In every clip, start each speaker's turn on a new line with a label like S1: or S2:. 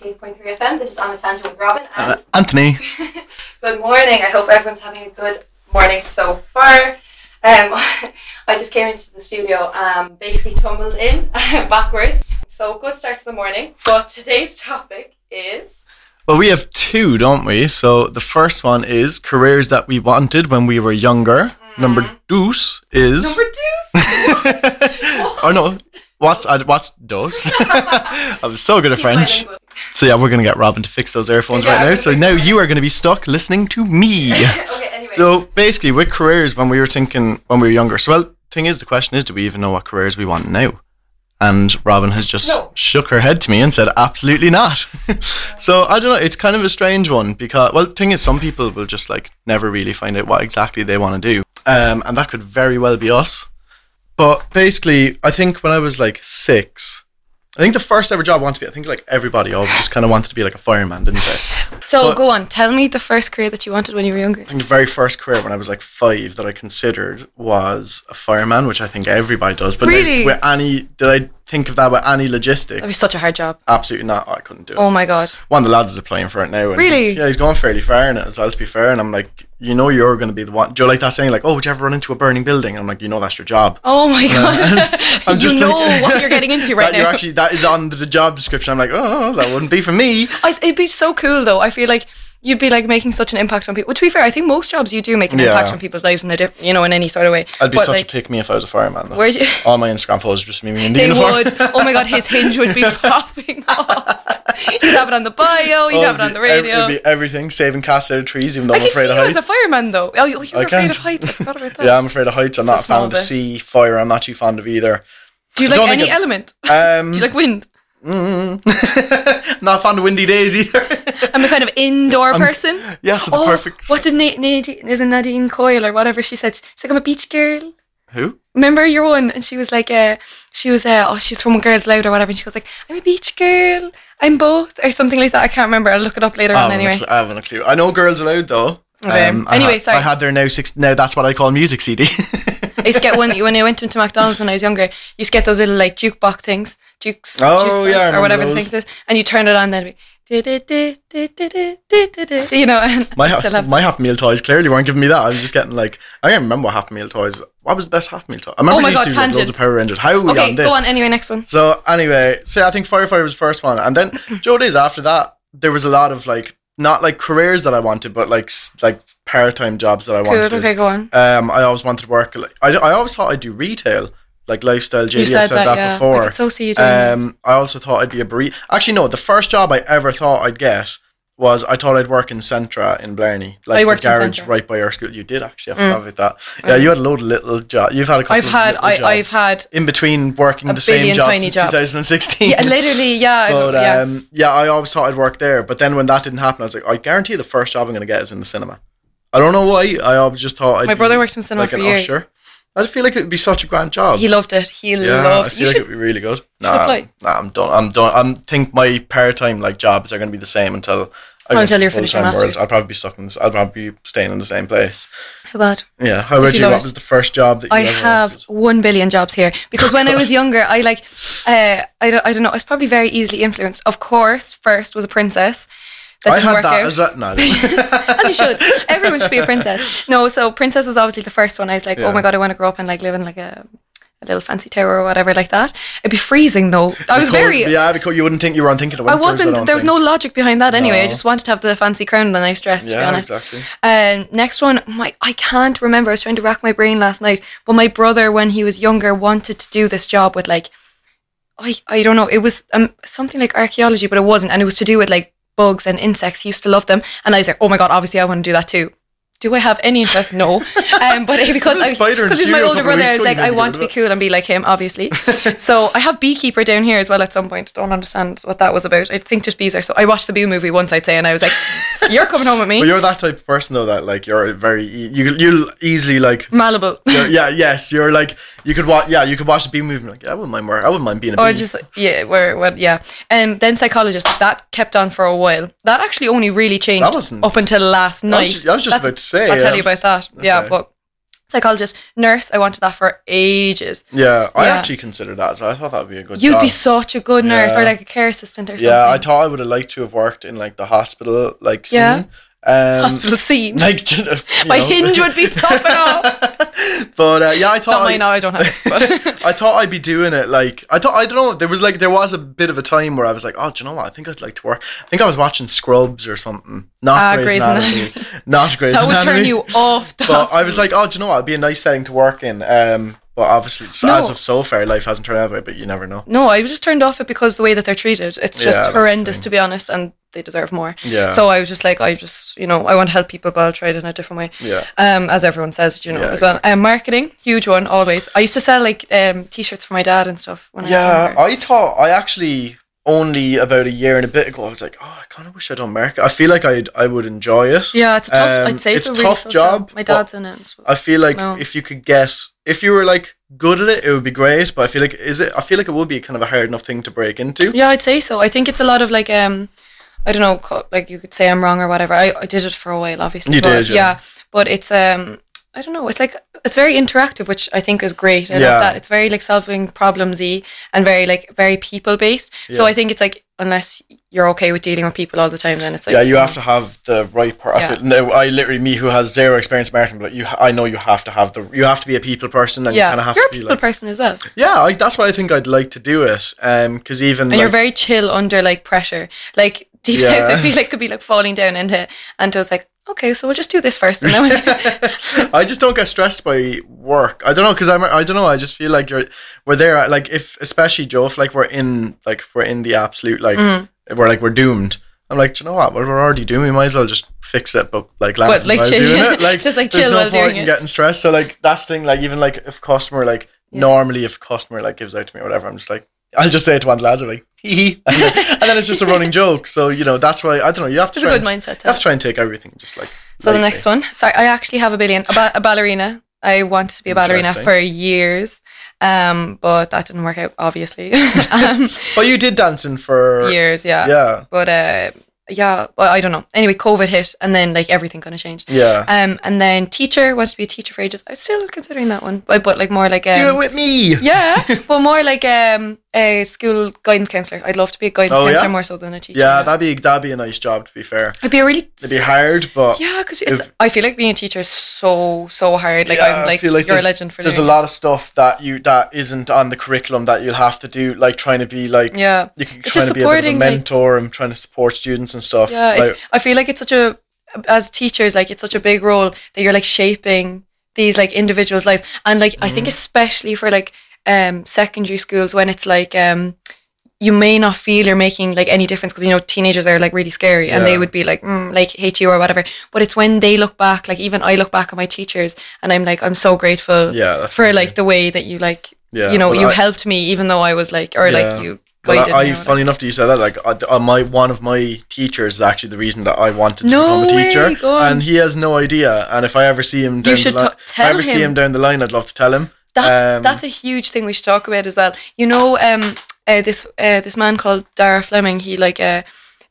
S1: 19.3 FM. This is on a tangent with Robin. And
S2: Uh, Anthony.
S1: good morning. I hope everyone's having a good morning so far. Um, I just came into the studio, um, basically tumbled in backwards. So good start to the morning. But today's topic is
S2: Well, we have two, don't we? So the first one is careers that we wanted when we were younger. Number dos is.
S1: Mm-hmm. number two.
S2: or no, what's uh, what's dos? I'm so good at French.
S1: Bilingual.
S2: So yeah, we're gonna get Robin to fix those earphones
S1: Yeah,
S2: right
S1: I'm
S2: now.
S1: gonna
S2: So
S1: fix
S2: now
S1: them.
S2: you are gonna be stuck listening to me.
S1: okay, anyway.
S2: so basically, with careers when we were thinking when we were younger. So well, thing is, the question is, do we even know what careers we want now? And Robin has just
S1: No.
S2: shook her head to me and said, absolutely not. so I don't know. It's kind of a strange one because, well, thing is, some people will just like never really find out what exactly they want to do. Um, and that could very well be us. But basically, I think when I was like six, I think the first ever job I wanted to be, I think like everybody always just kind of wanted to be like a fireman, didn't they?
S3: So
S2: But-
S3: go on. Tell me the first career that you wanted when you were younger.
S2: think the very first career when I was like five that I considered was a fireman, which I think everybody does. But
S3: Really?
S2: with any, did I think of that with any logistics?
S3: It was such a hard job.
S2: Absolutely not. I couldn't do it.
S3: Oh my god.
S2: One of the lads is applying for it now. And
S3: Really?
S2: he's- yeah, he's going fairly far in it as well, to be fair. And I'm like, you know, you're going to be the one. Do you like that saying, like, oh, would you ever run into a burning building? And I'm like, you know, that's your job.
S3: Oh my god.
S2: I'm
S3: you
S2: just
S3: know
S2: like-
S3: what you're getting into right
S2: that you're
S3: now.
S2: actually, that is on the job description. I'm like, oh, that wouldn't be for me.
S3: I, it'd be so cool though. I feel like you'd be like making such an impact on people. Well, to be fair, I think most jobs you do make an
S2: Yeah.
S3: impact on people's lives in a different, you know, in any sort of way.
S2: I'd be
S3: But,
S2: such
S3: like,
S2: a pick me if I was a fireman. Though.
S3: Where'd you-
S2: All my Instagram photos just me in the
S3: They
S2: uniform.
S3: would. Oh my god, his hinge would be popping off. You'd have it on the bio. You'd
S2: Oh,
S3: have it on
S2: it'd
S3: the
S2: be ev-
S3: radio.
S2: It'd be everything, saving cats out of trees, even though
S3: I
S2: am
S3: can
S2: afraid
S3: see
S2: of
S3: you
S2: heights.
S3: as a fireman though. Oh, you- you
S2: I
S3: were afraid
S2: can't.
S3: of heights. I forgot about that.
S2: Yeah, I'm afraid of heights. I'm
S3: a
S2: not a fan
S3: small
S2: of the
S3: bit.
S2: sea, fire. I'm not too fond of either.
S3: Do you
S2: I
S3: like
S2: don't
S3: any
S2: think it-
S3: element?
S2: Um,
S3: Do you like wind?
S2: not a fan of windy days either.
S3: I'm a kind of indoor person. Oh,
S2: yes, it's the perfect.
S3: What did Nate, Nadine, is it Nadine Coyle or whatever she said? She's like, I'm a beach girl.
S2: Who?
S3: Remember your one? And she was like, uh, she was, uh, oh, she's from Girls Loud or whatever. And she goes like, I'm a beach girl. I'm both or something like that. I can't remember. I'll look it up later
S2: I
S3: on
S2: haven't, a
S3: anyway.
S2: clue, I haven't a clue. I know girls allowed though. Um,
S3: Okay.
S2: I
S3: Anyway,
S2: had,
S3: sorry.
S2: I had their now six. Now that's what I call music CD.
S3: I used to get one when I went into McDonald's when I was younger. You used to get those little like jukebox things, jukes,
S2: Oh,
S3: juice
S2: yeah, I
S3: box
S2: remember
S3: or whatever the
S2: those.
S3: thing is, and you turn it on then. it'd Be, you know, and
S2: My
S3: I still
S2: ha-
S3: have
S2: my half meal toys clearly weren't giving me that. I was just getting like I can't remember what half meal toys. What was the best half meal toy? I remember
S3: Oh my
S2: we used
S3: God,
S2: to do like, loads
S3: tangent.
S2: of Power Rangers. How are we
S3: Okay,
S2: on this?
S3: go on. Anyway, next one.
S2: So anyway, so I think firefighter was the first one, and then Joe days after that, there was a lot of like not like careers that I wanted, but like s- like part time jobs that I
S3: Cool.
S2: wanted.
S3: Okay, go on.
S2: Um, I always wanted to work. Like, I I always thought I'd do retail, like lifestyle. JD,
S3: You
S2: I
S3: said,
S2: said
S3: that,
S2: that,
S3: yeah. I
S2: before.
S3: could so see you doing that.
S2: Um, I also thought I'd be a barista. Actually, no. The first job I ever thought I'd get was I thought I'd work in Centra in Blarney, like
S3: Oh, worked
S2: the
S3: in
S2: garage
S3: Centra. Mm.
S2: right by our school. You did actually. I forgot about that. Yeah, you had a load of little jobs. You've had a couple.
S3: I've
S2: of
S3: had-
S2: little
S3: I-
S2: jobs
S3: I've had
S2: in between working the same
S3: billion
S2: job
S3: tiny
S2: since
S3: jobs.
S2: 2016.
S3: Yeah, literally, yeah. I
S2: But
S3: don't- yeah.
S2: um, yeah. I always thought I'd work there. But then when that didn't happen, I was like, I guarantee the first job I'm going to get is in the cinema. I don't know why. I always just thought I'd
S3: My
S2: be
S3: brother works in cinema
S2: like
S3: for
S2: an
S3: years.
S2: usher. I feel like it would be such a grand job.
S3: he loved it. He
S2: yeah,
S3: loved
S2: I
S3: it.
S2: feel
S3: You
S2: like
S3: should.
S2: it'd be really good. Nah,
S3: apply.
S2: nah, I'm done. I'm done. I'm think my part time like jobs are going to be the same until I go
S3: Until
S2: into
S3: you're
S2: the
S3: finished your
S2: full-time
S3: masters.
S2: I'll probably be stuck in. This, I'll probably be staying in the same place.
S3: How about?
S2: Yeah. How about
S3: you
S2: you?
S3: love
S2: What
S3: it.
S2: was the first job that you
S3: I
S2: ever
S3: have
S2: wanted?
S3: one billion jobs here because when I was younger, I like, uh, I don't, I don't know. I was probably very easily influenced. Of course, first was a princess. That
S2: I
S3: didn't
S2: had
S3: work
S2: that
S3: out.
S2: as well. No, I didn't.
S3: as you should. Everyone should be a princess. No, so princess was obviously the first one. I was like, oh my god, I want to grow up and like live in like a, a little fancy tower or whatever like that. It'd be freezing though. I was
S2: Because-
S3: very.
S2: Yeah, because you wouldn't think you were unthinking of
S3: I
S2: winters,
S3: wasn't.
S2: don't
S3: there was
S2: think.
S3: no logic behind that anyway. I
S2: No.
S3: just wanted to have the fancy crown and the nice dress. to be
S2: Yeah,
S3: honest.
S2: exactly.
S3: Um, next one, my I can't remember. I was trying to rack my brain last night, but my brother, when he was younger, wanted to do this job with like, I I don't know. It was um something like archaeology, but it wasn't, and it was to do with like bugs and insects. He used to love them, and I was like, oh my god, obviously I want to do that too. Do I have any interest? No, um, but because
S2: There's a
S3: I,
S2: spider in
S3: because he's my
S2: studio a
S3: older
S2: couple of
S3: brother,
S2: weeks
S3: I was
S2: ago, you
S3: like,
S2: made
S3: I
S2: me
S3: want
S2: go
S3: to be
S2: to
S3: cool and be like him, obviously. so I have beekeeper down here as well. At some point, don't understand what that was about. I think just bees are so. I watched the bee movie once, I'd say, and I was like, you're coming home with me.
S2: But you're that type of person though that like you're very e- you you'll easily like
S3: Malibu.
S2: you're- yeah yes you're like you could watch yeah you could watch the bee movie and be like yeah, I wouldn't mind work I wouldn't mind being a
S3: or
S2: bee.
S3: Oh, just yeah, where what yeah. And then psychologist that kept on for a while. That actually only really changed
S2: wasn't-
S3: up until last night.
S2: was ju- I was just
S3: That's-
S2: about to say,
S3: I'll
S2: yeah,
S3: tell you
S2: that's-
S3: about that. Yeah,
S2: okay.
S3: but psychologist, nurse. I wanted that for ages.
S2: Yeah, I
S3: Yeah.
S2: actually considered that. So I thought that would be a good.
S3: You'd
S2: job.
S3: be such a good nurse or
S2: Yeah.
S3: like a care assistant or something.
S2: Yeah, I thought I would have liked to have worked in like the hospital, like scene.
S3: Yeah.
S2: Um,
S3: hospital scene.
S2: Like you know.
S3: My hinge would be popping off.
S2: But uh, yeah, I thought
S3: Not
S2: I-
S3: mine now. I don't have. it, But
S2: I thought I'd be doing it like I thought I don't know there was like there was a bit of a time where I was like oh do you know what I think I'd like to work I think I was watching Scrubs or something not
S3: Ah,
S2: Grey's,
S3: Grey's
S2: Anatomy, not Grey's
S3: that would
S2: Anatomy
S3: turn you off. The
S2: but I
S3: hospital.
S2: was like oh do you know what it'd be a nice setting to work in um but obviously so-
S3: No.
S2: as of so far life hasn't turned out that way but you never know
S3: No, I was just turned off it because the way that they're treated. It's just
S2: Yeah, that's the
S3: horrendous,
S2: thing.
S3: to be honest, and they deserve more.
S2: Yeah.
S3: So I was just like, I just, you know, I want to help people, but I'll try it in a different way.
S2: Yeah.
S3: Um, as everyone says, you know,
S2: Yeah,
S3: as well. Um, marketing, huge one, always. I used to sell like um, t-shirts for my dad and stuff when I was
S2: yeah
S3: younger.
S2: I thought I actually only about a year and a bit ago I was like oh I kind of wish I'd done America I feel like I'd I would enjoy it
S3: yeah, it's a tough.
S2: Um,
S3: I'd say it's,
S2: it's
S3: a really
S2: tough job,
S3: My
S2: but
S3: dad's in it. and stuff.
S2: I feel like
S3: No.
S2: if you could get if you were like good at it, it would be great. But I feel like is it I feel like it would be kind of a hard enough thing to break into.
S3: Yeah, I'd say so. I think it's a lot of like um, I don't know, co- like you could say I'm wrong or whatever. I, I did it for a while, obviously.
S2: You
S3: but
S2: did, yeah.
S3: But it's um, I don't know. It's like it's very interactive, which I think is great. I
S2: Yeah.
S3: love that. It's very like solving problemsy and very like very people based. So
S2: Yeah.
S3: I think it's like unless you're okay with dealing with people all the time, then it's like
S2: Yeah, you have to have the right part. I
S3: Yeah.
S2: feel- No, I literally me who has zero experience in marketing, but you ha- I know you have to have the you have to be a people person and you
S3: Yeah,
S2: kind of have
S3: you're a
S2: to be
S3: people
S2: like
S3: person as well,
S2: yeah. I, that's why I think I'd like to do it. Um, because even
S3: and
S2: like,
S3: you're very chill under like pressure. Like deep
S2: Yeah.
S3: down, I feel like could be like falling down into, and I was like, okay, so we'll just do this first, and then we'll
S2: I just don't get stressed by work. I don't know because I'm. I don't know. I just feel like you're. We're there. at- Like if especially Joe, if like we're in like we're in the absolute like
S3: Mm-hmm.
S2: we're like we're doomed. I'm like, do you know what? Well, we're already doomed. We might as well just fix it, but like laughing
S3: like,
S2: while
S3: chill-
S2: doing it. Like
S3: just, like,
S2: there's
S3: chill
S2: no
S3: while
S2: point
S3: doing
S2: in
S3: it.
S2: getting stressed. So like that's the thing. Like even like if customer like normally if customer like gives out to me or whatever, I'm just like. I'll just say it to one of the lads, I'm like, hee hee. And then, and then it's just a running joke. So, you know, that's why, I don't know, you have to,
S3: It's a
S2: try
S3: good
S2: and,
S3: mindset to
S2: you have
S3: have.
S2: to try and take everything just like.
S3: So the next one, sorry, I actually have a billion. A, ba- a ballerina. I wanted to be a ballerina
S2: Interesting.
S3: for years, um, but that didn't work out. Obviously, um,
S2: But you did dancing for
S3: years, yeah.
S2: Yeah.
S3: But uh, yeah, well, I don't know. Anyway, COVID hit, and then like everything kind of changed.
S2: Yeah.
S3: Um, and then teacher wanted to be a teacher for ages. I was still considering that one, but but like more like um,
S2: Do it with me.
S3: yeah, but more like um a school guidance counselor. I'd love to be a guidance
S2: Oh, yeah?
S3: counselor more so than a teacher.
S2: Yeah, that'd be that'd be a nice job to be fair.
S3: I'd be a really
S2: It'd be hard, but
S3: Yeah, because it's.
S2: If-
S3: I feel like being a teacher is so so hard. Like
S2: Yeah, I
S3: I'm like,
S2: feel like
S3: you're a
S2: there's-
S3: legend for
S2: there's
S3: doing
S2: a lot of stuff that you that isn't on the curriculum that you'll have to do, like trying to be like
S3: it. Yeah,
S2: you can
S3: It's
S2: trying
S3: just
S2: to be a bit of a
S3: supporting, like-
S2: mentor and trying to support students and stuff.
S3: yeah.
S2: like,
S3: it's, I feel like it's such a as teachers like it's such a big role that you're like shaping these like individuals' lives, and like I think
S2: Mm.
S3: especially for like um secondary schools when it's like um you may not feel you're making like any difference because you know teenagers are like really scary and
S2: Yeah.
S3: they would be like mm, like hate you or whatever but it's when they look back like even I look back at my teachers and I'm like I'm so grateful
S2: Yeah, that's
S3: for
S2: amazing.
S3: like the way that you like
S2: Yeah,
S3: you know
S2: well,
S3: you
S2: I-
S3: helped me even though I was like or
S2: Yeah.
S3: like you
S2: Well,
S3: guided
S2: I,
S3: me
S2: I
S3: or whatever.
S2: funny enough that you said that. Like, I, I, my one of my teachers is actually the reason that I wanted to
S3: No
S2: become a
S3: way,
S2: teacher,
S3: go on.
S2: and he has no idea. And if I ever see him, down
S3: should
S2: the line,
S3: t- tell
S2: if I ever see
S3: him.
S2: him down the line, I'd love to tell him.
S3: That's
S2: Um,
S3: that's a huge thing we should talk about as well. You know, um, uh, this uh, this man called Dara Fleming. He like uh,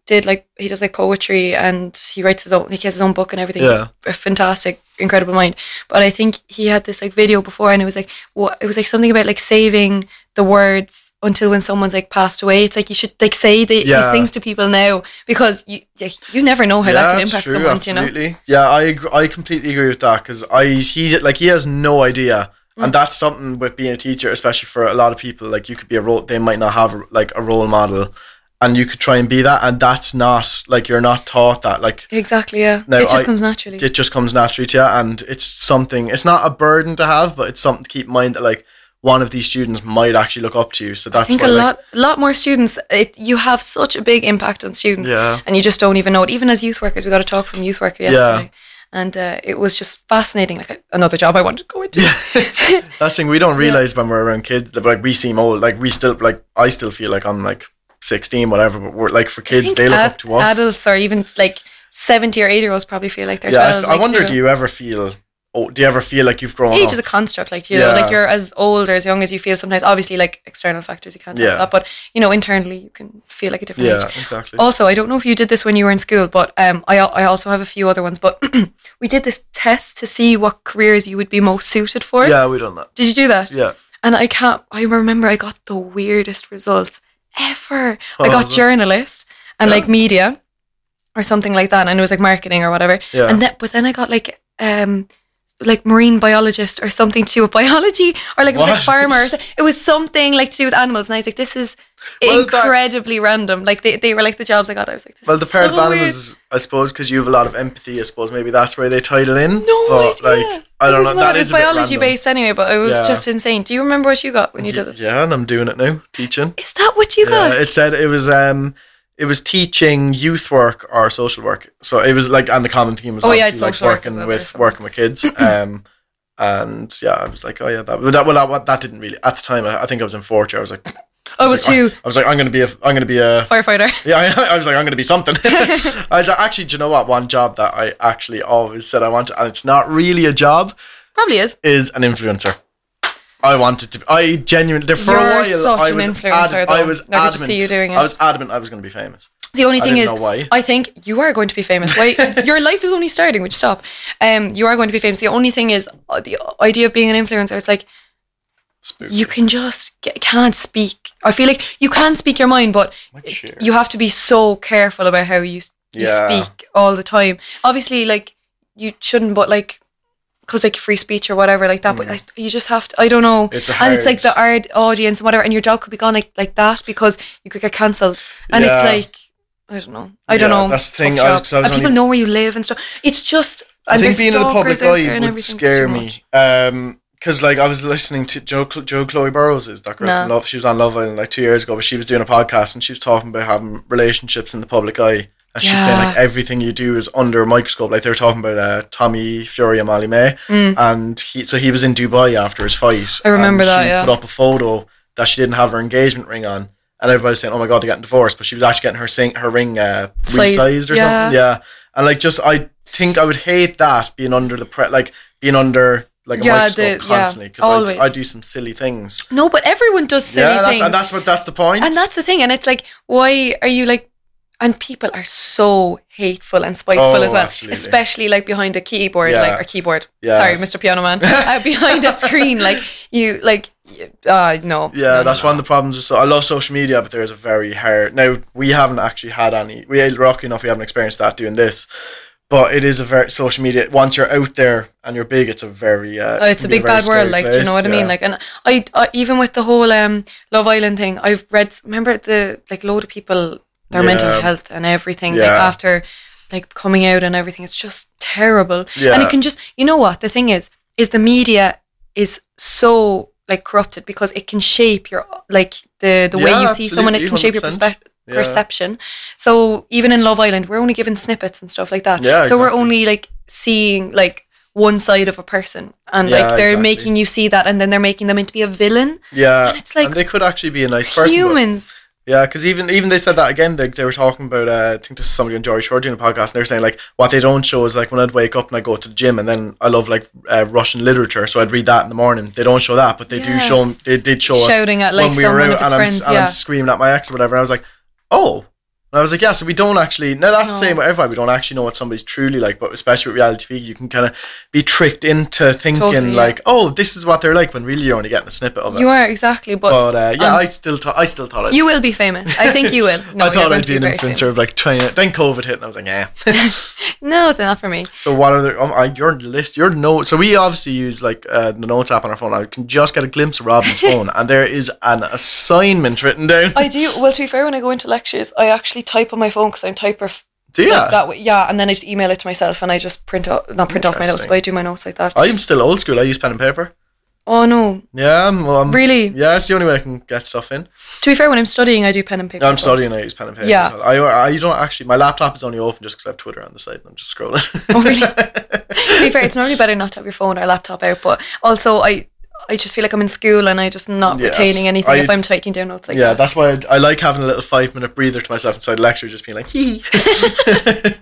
S3: did like he does like poetry and he writes his own. He has his own book and everything.
S2: Yeah.
S3: a fantastic, incredible mind. But I think he had this like video before, and it was like what it was like something about like saving the words until when someone's like passed away. It's like you should like say the,
S2: Yeah.
S3: these things to people now because you like, you never know how that can
S2: it's
S3: impact someone. You know.
S2: absolutely. Yeah, I agr- I completely agree with that because I he like he has no idea,
S3: Mm.
S2: and that's something with being a teacher, especially for a lot of people. Like you could be a role, they might not have like a role model, and you could try and be that, and that's not like you're not taught that. Like
S3: Exactly. Yeah.
S2: No,
S3: it just
S2: I-
S3: comes naturally.
S2: it just comes naturally to you, and it's something. It's not a burden to have, but it's something to keep in mind that like one of these students might actually look up to you. So that's
S3: I think
S2: why,
S3: a
S2: like,
S3: lot, lot more students. It, you have such a big impact on students,
S2: Yeah.
S3: and you just don't even know it. Even as youth workers, we got a talk from youth worker yesterday, and uh, it was just fascinating. Like uh, another job I wanted to go into.
S2: That's the thing we don't realize when we're around kids that like we seem old. Like we still like I still feel like I'm like sixteen, whatever. But we're like for
S3: I
S2: kids,
S3: think
S2: they look
S3: ad-
S2: up to us.
S3: Adults or even like seventy or eighty year olds probably feel like they're
S2: yeah, I,
S3: twelve.
S2: f- I
S3: like
S2: wonder.
S3: zero.
S2: Do you ever feel Oh, do you ever feel like you've grown
S3: age
S2: up?
S3: is a construct, like you know, like
S2: Yeah.
S3: you're as old or as young as you feel sometimes. Obviously, like external factors you can't help
S2: Yeah.
S3: that, but you know, internally you can feel like a different
S2: yeah,
S3: age.
S2: exactly.
S3: Also, I don't know if you did this when you were in school, but um, I al- I also have a few other ones. But we did this test to see what careers you would be most suited for.
S2: yeah, we done that.
S3: Did you do that?
S2: Yeah.
S3: And I can't. I remember I got the weirdest results ever. I
S2: What
S3: got
S2: was Oh, it?
S3: journalist and
S2: Yeah.
S3: like media, or something like that, and it was like marketing or whatever.
S2: Yeah.
S3: And then, but then I got like um, like marine biologist or something to do with biology, or like it was like
S2: What?
S3: farmer. Or so- it was something like to do with animals, and I was like, this is
S2: Well, that-
S3: incredibly random. Like they, they were like the jobs I got. I was like, this
S2: Well, the
S3: is
S2: pair
S3: so
S2: of animals, I suppose, because you have a lot of empathy. I suppose maybe that's where they title in.
S3: No
S2: but,
S3: idea.
S2: like I don't
S3: it was
S2: know.
S3: mad.
S2: That
S3: it
S2: is
S3: was
S2: a bit
S3: biology
S2: random.
S3: based anyway, but it was
S2: Yeah.
S3: just insane. Do you remember what you got when you did it? Is
S2: Yeah, and I'm doing it now, teaching.
S3: that what you got?
S2: Yeah, Uh, it said it was um it was teaching youth work or social work. So it was like and the common theme was
S3: Oh, yeah,
S2: obviously
S3: it's
S2: like
S3: social work
S2: working
S3: as well,
S2: with
S3: there's some-
S2: working with kids. Um and yeah, I was like, oh yeah, that well that, well, that, that didn't really at the time. I, I think I was in fourth year. I was like,
S3: oh, it was
S2: I,
S3: two
S2: I was like, I'm gonna be a, I'm gonna be a,
S3: firefighter.
S2: yeah. I, I was like, I'm gonna be something. I was like, actually, do you know what? One job that I actually always said I wanted, and it's not really a job,
S3: Probably is.
S2: is an influencer. I wanted to. Be, I genuinely there for
S3: You're
S2: a while.
S3: such
S2: I
S3: an
S2: was
S3: influencer,
S2: ad-
S3: though.
S2: I was
S3: I could
S2: adamant.
S3: just see you doing
S2: I
S3: it.
S2: was adamant. I was going to be famous.
S3: The only thing
S2: didn't
S3: is,
S2: know why.
S3: I think you are going to be famous. Why? your life is only starting. Which stop. Um, you are going to be famous. The only thing is, uh, the idea of being an influencer. It's like
S2: Spooky.
S3: you can just get, can't speak. I feel like you can speak your mind, but
S2: My
S3: it-
S2: cheers.
S3: you have to be so careful about how you you
S2: Yeah.
S3: speak all the time. Obviously, like you shouldn't, but like because like free speech or whatever like that. But I, you just have to. I don't know.
S2: Mm. It's
S3: and it's like the
S2: hard.
S3: art audience and whatever, and your job could be gone like like that because you could get cancelled. And
S2: Yeah.
S3: it's like I don't know. I don't
S2: Yeah,
S3: know.
S2: that's the thing,
S3: Tough
S2: I was-
S3: job.
S2: 'cause I was
S3: and people
S2: only-
S3: know where you live and stuff. It's just.
S2: I
S3: and
S2: think
S3: there's
S2: being in the public
S3: stalkers out there
S2: eye
S3: and
S2: would
S3: everything, it's
S2: scare
S3: too
S2: me.
S3: much.
S2: Um 'cause because like I was listening to Joe Cl- Joe Chloe Burrows is that girl
S3: No.
S2: from Love. She was on Love Island like two years ago, but she was doing a podcast and she was talking about having relationships in the public eye. And she was saying like
S3: Yeah.
S2: everything you do is under a microscope. Like they were talking about uh, Tommy Fury and Molly May, and he so he was in Dubai after his fight.
S3: Mm. I remember
S2: and
S3: that,
S2: She
S3: yeah.
S2: put up a photo that she didn't have her engagement ring on. And everybody's saying, "Oh my God, they're getting divorced," but she was actually getting her sing- her ring uh,
S3: Sized,
S2: resized or
S3: yeah.
S2: something. Yeah, and like just I think I would hate that being under the pre like being under like a
S3: Yeah,
S2: microscope
S3: the- yeah,
S2: constantly because
S3: always.
S2: I, do some silly things.
S3: No, but everyone does silly
S2: yeah,
S3: things.
S2: that's, and that's what that's the point.
S3: And that's the thing. And it's like, why are you like, and people are so hateful and spiteful
S2: Oh,
S3: as well,
S2: absolutely.
S3: especially like behind a keyboard,
S2: Yeah.
S3: like a keyboard.
S2: Yeah.
S3: Sorry, Mr. Piano Man, uh, behind a screen, like you, like, y- uh, no.
S2: yeah,
S3: no,
S2: that's
S3: no.
S2: one of the problems. With so I love social media, but there is a very hard. Now we haven't actually had any. We are lucky enough we haven't experienced that doing this, but it is a very social media. Once you're out there and you're big, it's a very. Uh,
S3: Uh, it's a
S2: can be
S3: big
S2: very
S3: bad world,
S2: scary
S3: like, do you
S2: place,
S3: know what I
S2: yeah.
S3: mean? Like, and I, I even with the whole um, Love Island thing, I've read. Remember the like load of people, their mental
S2: Yeah.
S3: health and everything. Like
S2: Yeah.
S3: after, like coming out and everything, it's just terrible. And
S2: Yeah.
S3: it can just, you know what? The thing is, is the media is so like corrupted because it can shape your like the the way
S2: Yeah,
S3: you see someone. It
S2: absolutely,
S3: can shape your
S2: 100%.
S3: perspective.
S2: Yeah.
S3: Perception. So even in Love Island, we're only given snippets and stuff like that.
S2: Yeah,
S3: so we're
S2: exactly.
S3: only like seeing like one side of a person, and
S2: Yeah,
S3: like they're
S2: exactly.
S3: making you see that, and then they're making them into be a villain.
S2: yeah,
S3: and it's like,
S2: and they could actually be a nice person. but-
S3: Humans,
S2: Yeah, because even even they said that again. They, they were talking about uh, I think this is somebody on Jory Shore doing a podcast, and they were saying like what they don't show is like when I'd wake up and I go to the gym, and then I love like uh, Russian literature, so I'd read that in the morning. They don't show that, but they
S3: Yeah.
S2: do show. 'em- They did show
S3: Shouting
S2: us
S3: at, like,
S2: when we were
S3: someone of
S2: out,
S3: his
S2: and, I'm, s-
S3: friends,
S2: and
S3: yeah.
S2: I'm screaming at my ex or whatever. And I was like, oh. And I was like, yeah, so we don't actually, no, that's the same with everybody. We don't actually know what somebody's truly like, but especially with reality TV, you can kind of be tricked into thinking,
S3: Totally, yeah.
S2: like, oh, this is what they're like, when really you're only getting a snippet of it.
S3: you are exactly, but
S2: but uh, yeah, I still, thought I still thought it.
S3: you will be famous. I think you will. No,
S2: I
S3: you're
S2: thought
S3: going
S2: I'd
S3: to
S2: be an
S3: very
S2: influencer
S3: famous.
S2: of like trying it. Then COVID hit, and I was like, yeah.
S3: No, they're not for me.
S2: so what are the, um, uh, your list? Your notes. So we obviously use like uh, the notes app on our phone. I can just get a glimpse of Robin's phone, and there is an assignment written down.
S3: I do. Well, to be fair, when I go into lectures, I actually type on my phone because I'm typer f-
S2: So yeah,
S3: like that way. Yeah, and then I just email it to myself and I just print out, not print off my notes,
S2: Interesting.
S3: but I do my notes like that.
S2: I am still old school. I use pen and paper.
S3: oh no,
S2: Yeah, I'm, well, I'm-
S3: Really?
S2: Yeah, it's the only way I can get stuff in.
S3: To be fair, when I'm studying, I do pen and paper.
S2: I'm
S3: but-
S2: studying. I use pen and paper.
S3: Yeah.
S2: as well. I I don't actually. My laptop is only open just because I have Twitter on the side, and I'm just scrolling.
S3: Oh, really? to be fair, it's normally better not to have your phone or laptop out, but also I I just feel like I'm in school and I just not
S2: Yes.
S3: retaining anything
S2: I-
S3: if I'm taking down notes like
S2: yeah,
S3: that.
S2: that's why I, I like having a little five minute breather to myself inside lecture, just being like, hee. but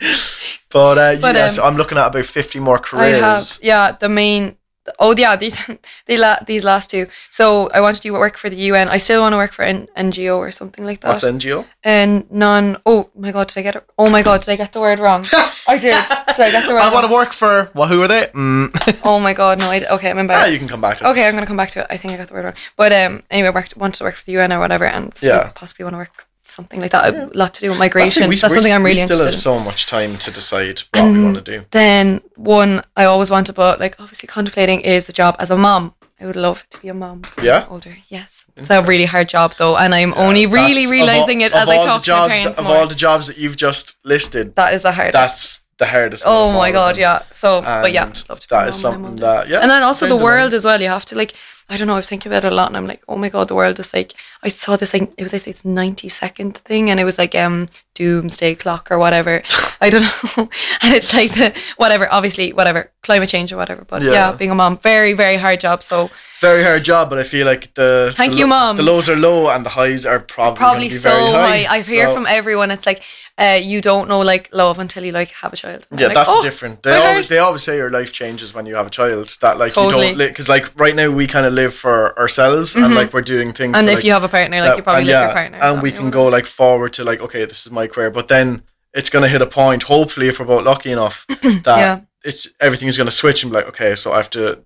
S2: uh,
S3: But,
S2: yeah,
S3: um,
S2: so I'm looking at about 50 more
S3: I
S2: careers.
S3: have yeah the main oh yeah these they la- these last two. So I want to do work for the UN. I still want to work for an NGO or something like that.
S2: What's NGO?
S3: And non oh my god did I get it? Oh my god did I get the word wrong? I did. Did I get the word?
S2: I want
S3: wrong?
S2: to work for, well, who are they? Mm.
S3: Oh my god no I d- okay I'm
S2: Ah,
S3: embarrassed.
S2: you can come back to it.
S3: Okay, I'm gonna come back to it. I think I got the word wrong. But um, anyway, worked wanted to work for the UN or whatever, and still
S2: Yeah.
S3: possibly want to work something like that. A lot to do with
S2: That's it,
S3: migration.
S2: we-
S3: That's
S2: we-
S3: something I'm really
S2: We still
S3: interested
S2: have
S3: in. Mm.
S2: so much time to decide what we want to do.
S3: Then one I always wanted, but like obviously contemplating is the job as a mom. I would love to be a mom. when
S2: Yeah?
S3: I'm older. Yes, it's a really hard job though, and I'm only really
S2: That's-
S3: realizing
S2: of
S3: it
S2: all-
S3: as
S2: of
S3: I
S2: all
S3: talk
S2: the
S3: to my
S2: jobs
S3: parents
S2: that- Of
S3: more.
S2: all the jobs that you've just listed,
S3: that is the hardest.
S2: that's the hardest. one
S3: Oh
S2: of all
S3: my
S2: of
S3: god,
S2: them.
S3: yeah. So, but yeah,
S2: And
S3: love to be a
S2: that is
S3: mom when I'm
S2: something
S3: older.
S2: that yeah.
S3: and then also the
S2: found a
S3: world as well. You have to like, I don't know. I think about it a lot, and I'm like, oh my god, the world is like. I saw this like it was I think it's ninety second thing, and it was like um doomsday clock or whatever. I don't know, and it's like the whatever, obviously whatever climate change or whatever. But yeah,
S2: Yeah.
S3: being a mom, very very hard job. So
S2: very hard job, but I feel like the
S3: Thank
S2: the
S3: you,
S2: lo-
S3: mums.
S2: The lows are low and the highs are probably gonna
S3: probably
S2: be
S3: so
S2: very
S3: high.
S2: high.
S3: I hear
S2: So,
S3: from everyone. It's like uh, you don't know like love until you like have a child. And
S2: yeah,
S3: I'm like,
S2: that's
S3: oh,
S2: different. They
S3: my
S2: always
S3: heart.
S2: they always say your life changes when you have a child. That like
S3: Totally. Mm-hmm.
S2: you don't because like right now we kind of live for ourselves and like we're doing things.
S3: And
S2: to,
S3: if
S2: like,
S3: you have a partner, like
S2: that-
S3: you probably
S2: and
S3: live with
S2: yeah,
S3: your partner.
S2: and
S3: so
S2: we
S3: you
S2: can
S3: won't-
S2: go like forward to like okay, this is my career, but then it's gonna hit a point. Hopefully, if we're both lucky enough, that
S3: Yeah.
S2: it's everything is gonna switch and be like okay, so I have to.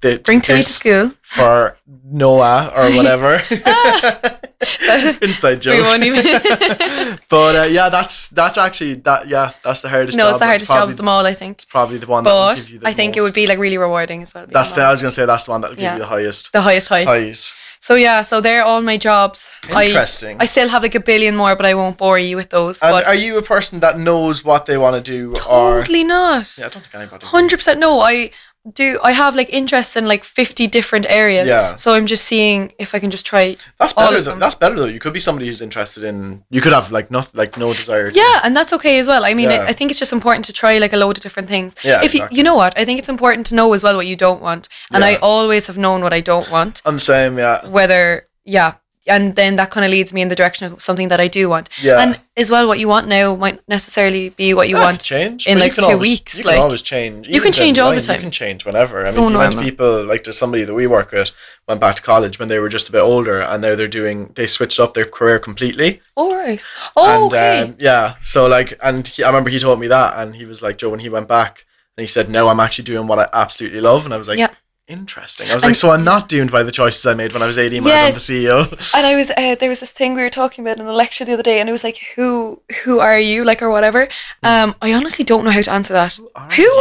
S2: th-
S3: bring Timmy to
S2: this
S3: school.
S2: for Noah or whatever. Inside joke.
S3: We won't e- even.
S2: But uh, yeah, that's that's actually that. Yeah, that's the hardest.
S3: No,
S2: job.
S3: it's the hardest job
S2: probably,
S3: of them all, I think.
S2: Probably the one. that will
S3: But
S2: give you the
S3: I think it
S2: most-
S3: would be like really rewarding as well. being
S2: That's
S3: a
S2: the,
S3: mom.
S2: I was gonna say that's the one that will give
S3: Yeah.
S2: you the highest
S3: the highest high.
S2: highs.
S3: So yeah, so they're all my jobs. I-
S2: Interesting.
S3: I, still have like a billion more, but I won't bore you with those.
S2: And
S3: but
S2: are you a person that knows what they want to do, or
S3: totally not.
S2: yeah, I don't think anybody. would.
S3: Hundred percent. No, I do. I have like interests in like fifty different areas.
S2: Yeah.
S3: So I'm just seeing if I can just try.
S2: That's
S3: all
S2: better.
S3: of
S2: Though,
S3: them.
S2: that's better though. You could be somebody who's interested in. You could have like nothing, like no desire. To,
S3: Yeah, and that's okay as well. I mean,
S2: Yeah.
S3: I, I think it's just important to try like a load of different things.
S2: Yeah,
S3: if
S2: exactly.
S3: you, you know what, I think it's important to know as well what you don't want. And I
S2: Yeah.
S3: always have known what I don't want.
S2: I'm saying yeah.
S3: whether yeah and then that kind of leads me in the direction of something that I do want.
S2: Yeah.
S3: And as well, what you want now might necessarily be what you
S2: That
S3: want
S2: could change
S3: in
S2: Well, you
S3: like
S2: can
S3: two
S2: always-
S3: weeks.
S2: You
S3: like
S2: can always change. Even
S3: can
S2: down
S3: change all the
S2: line,
S3: time.
S2: You can change whenever. I
S3: So
S2: mean, you went to
S3: normal.
S2: people like there's somebody that we work with went back to college when they were just a bit older, and now they're doing they switched up their career completely.
S3: all right. Oh,
S2: and
S3: okay.
S2: um, yeah, so like, and he, I remember he told me that, and he was like, Joe, when he went back, and he said, no, I'm actually doing what I absolutely love, and I was like.
S3: Yeah.
S2: Interesting. I was like,
S3: And-
S2: so I'm not doomed by the choices I made when I was 18 when
S3: Yes.
S2: I was the E CEO.
S3: and I was uh, there was this thing we were talking about in a lecture the other day, and it was like, who who are you, like or whatever. Um, I honestly don't know how to answer that. Who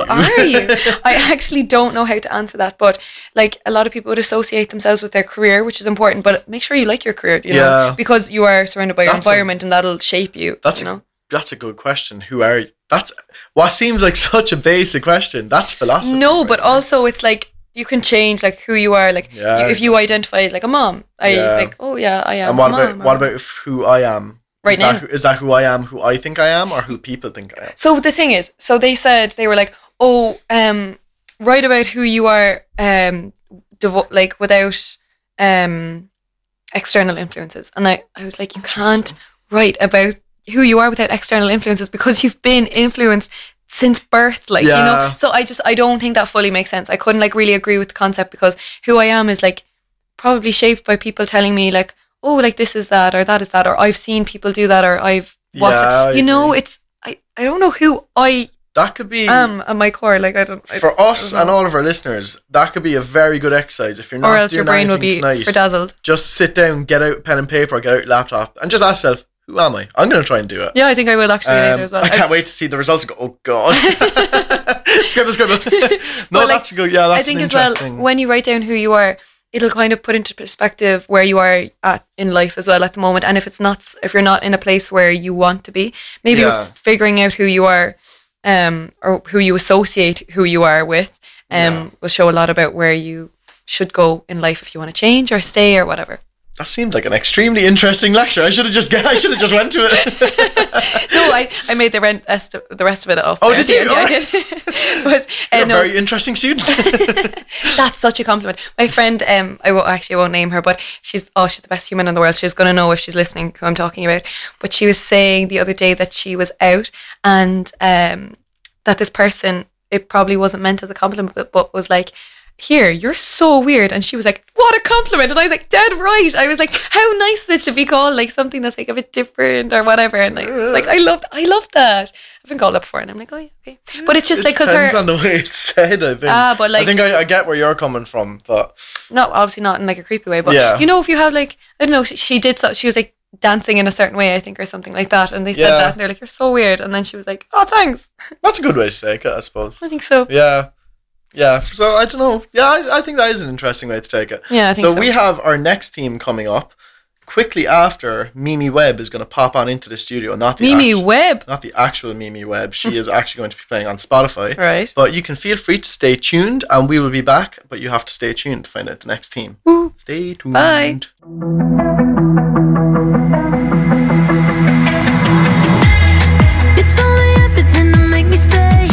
S2: Hmm. are
S3: are,
S2: you?
S3: you? I actually don't know how to answer that. But like a lot of people would associate themselves with their career, which is important. But make sure you like your career, you
S2: Yeah.
S3: know, because you are surrounded by your
S2: That's a-
S3: environment, and that'll shape you.
S2: That's
S3: you
S2: a-
S3: know.
S2: That's a good question. Who are you? That's what seems like such a basic question. That's philosophy.
S3: No,
S2: right
S3: but
S2: there.
S3: also it's like you can change like who you are. Like
S2: Yeah.
S3: you, if you identify as like a mom, I
S2: Yeah.
S3: like oh yeah, I am.
S2: And what
S3: a
S2: about
S3: mom,
S2: what
S3: or-
S2: about if who I am?
S3: Right
S2: is that
S3: now.
S2: who- is that who I am? Who I think I am, or who people think I am?
S3: So the thing is, so they said they were like, oh, um, write about who you are, um, devo- like without um, external influences. And I, I was like, you can't write about who you are without external influences because you've been influenced since birth like you know
S2: Yeah.
S3: so i just i don't think that fully makes sense i couldn't like really agree with the concept because who i am is like probably shaped by people telling me like oh like this is that or that is that or i've seen people do that or i've watched
S2: Yeah, I
S3: it. you know
S2: agree.
S3: it's I, I don't know who I
S2: That could be
S3: am at my core. Like I don't. Um, I
S2: for
S3: don't
S2: us
S3: know.
S2: and all of our listeners. That could be a very good exercise if you're not
S3: or else your
S2: doing
S3: brain will
S2: anything
S3: be
S2: tonight.
S3: bedazzled.
S2: just sit down, get out pen and paper, get out laptop, and just ask yourself, "Who am I?" I'm going to try and do it.
S3: Yeah, I think I will actually
S2: Um,
S3: later as well.
S2: I
S3: I-
S2: can't wait to see the results. And go, oh god, scribble, scribble. no,
S3: like,
S2: that's good. Yeah, that's
S3: I think
S2: an
S3: as well
S2: interesting.
S3: when you write down who you are, it'll kind of put into perspective where you are at in life as well at the moment. And if it's not, if you're not in a place where you want to be, maybe
S2: Yeah.
S3: it's figuring out who you are, um, or who you associate who you are with, um,
S2: Yeah.
S3: will show a lot about where you should go in life if you want to change or stay or whatever.
S2: that seemed like an extremely interesting lecture. I should have just I should have just went to it.
S3: no, I, I made the rent est- the rest of it up.
S2: Oh,
S3: there
S2: did
S3: at the
S2: you?
S3: end,
S2: All
S3: yeah, I did. but uh,
S2: You're a
S3: no,
S2: very interesting student.
S3: that's such a compliment. My friend, um, I won't actually I won't name her, but she's oh, she's the best human in the world. She's gonna know if she's listening who I'm talking about. But she was saying the other day that she was out and um, that this person it probably wasn't meant as a compliment, but, but was like. Here, you're so weird. And she was like, What a compliment. And I was like, Dead right. I was like, How nice is it to be called like something that's like a bit different or whatever. And like, it's like I loved I love that. I've been called that before and I'm like, Oh yeah, okay. But it's just
S2: It
S3: like because her
S2: depends on the way it's said. I think.
S3: Ah, but
S2: I
S3: like-
S2: think I, I get where you're coming from, but
S3: not obviously not in like a creepy way, but
S2: Yeah.
S3: you know, if you have like I don't know, she, she did so she was like dancing in a certain way, I think, or something like that, and they said
S2: Yeah.
S3: that, and they're like, "You're so weird," and then she was like, "Oh, thanks."
S2: that's a good way to take it, I suppose.
S3: I think so.
S2: Yeah, yeah. So I don't know. Yeah, I, I think that is an interesting way to take it.
S3: Yeah, I think so.
S2: we have our next team coming up quickly after Mimi Webb is going to pop on into the studio. Not the
S3: Mimi
S2: act-
S3: Webb,
S2: not the actual Mimi Webb. She is actually going to be playing on Spotify.
S3: right?
S2: But you can feel free to stay tuned, and we will be back. But you have to stay tuned to find out the next team.
S3: Woo.
S2: Stay tuned.
S3: Bye.
S4: You told me everything to make me stay.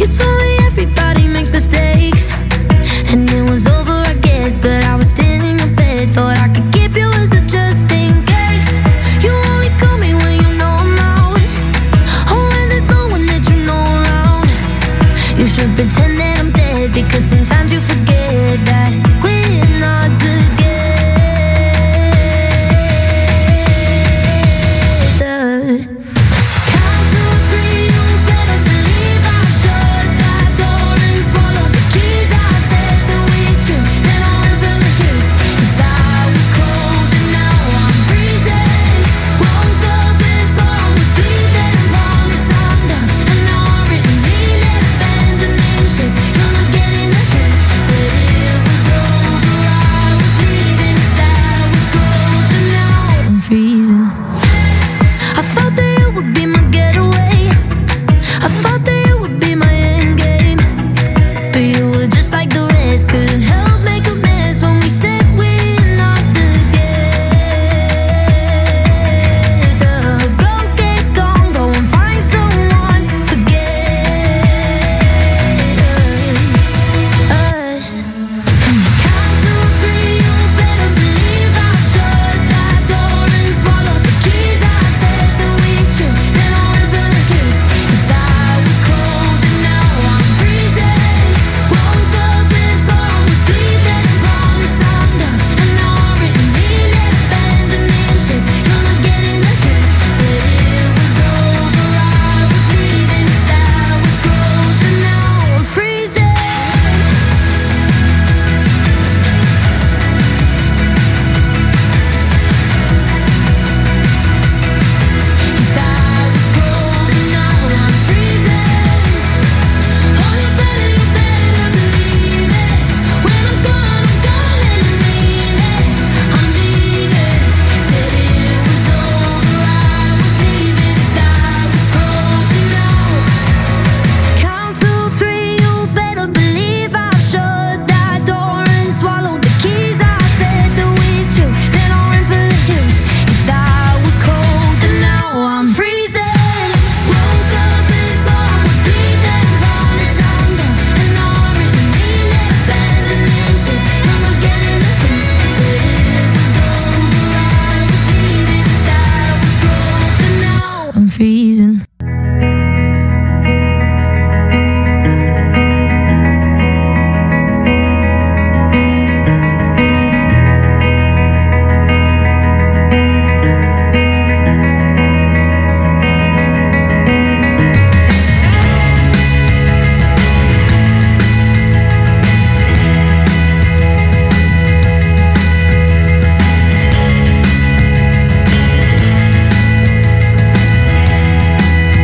S4: You told me everybody makes mistakes. And it was over, I guess. But I was still in your bed. Thought I could keep you as a just in case. You only call me when you know I'm out. Or when there's no one that you know around. You should pretend that I'm dead. Because sometimes you forget that we're not together. Count to three, you better believe I shut that door and swallow the keys. I said that we chew, then I feel the heat. If I was cold and now I'm freezing, woke up and saw I was bleeding. Promise I'm done, and now I'm really meaning abandoning shit. You're not getting the hint. Said it was over, I was leaving. If I was cold and now I'm freezing. I thought that it would be my getaway. I thought that it would be my end game. But you were just like the rest. Couldn't help make a mess when we said we're not together. Go get gone, go and find someone. Forget us. Count to three, you better believe I shut that door and swallow the keys. I said that we chew, then I feel the heat. If I was cold and now I'm freezing, woke up and saw I was bleeding. Promise I'm done, and now I'm really meaning abandoning shit. You're not getting the hint. Said it was over, I was leaving. If I was cold and now I'm freezing. If I was cold and now I'm freezing. Oh, you better, you better believe it. When I'm gone, I'm gone and I mean it. I'm leaving. Said it was over, I was leaving. If I was cold and now Count to three, you better believe I shut that door and swallowed the keys. I said that we chew, then I ran for the hills. If I was cold, and now I'm freezing. Woke up and saw I was bleeding. Promise I'm done, and now I really mean it. Abandoning shit, I'm not getting the hint. Said it was over, I was leaving. If I was cold, and now I'm freezing.
S5: Count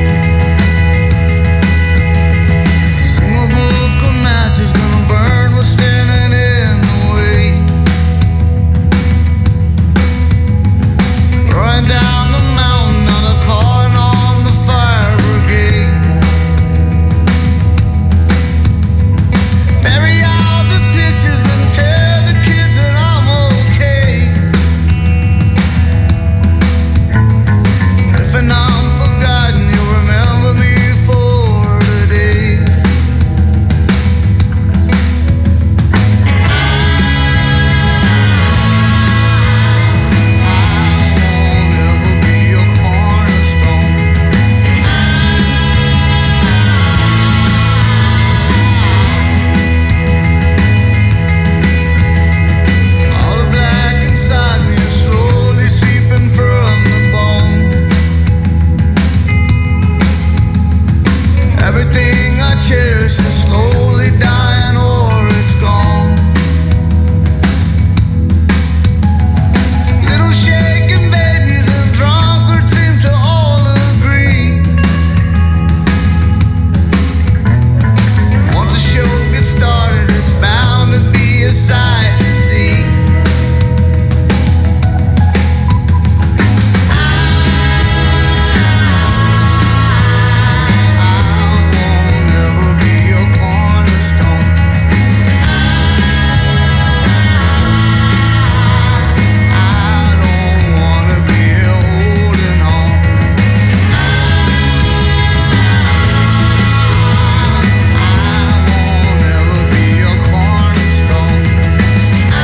S5: Everything I cherish is slowly dying or it's gone. Little shaken babies and drunkards seem to all agree. Once the show gets started, it's bound to be a sight to see. I won't ever be your cornerstone. I don't wanna be holding on. I won't ever be your cornerstone.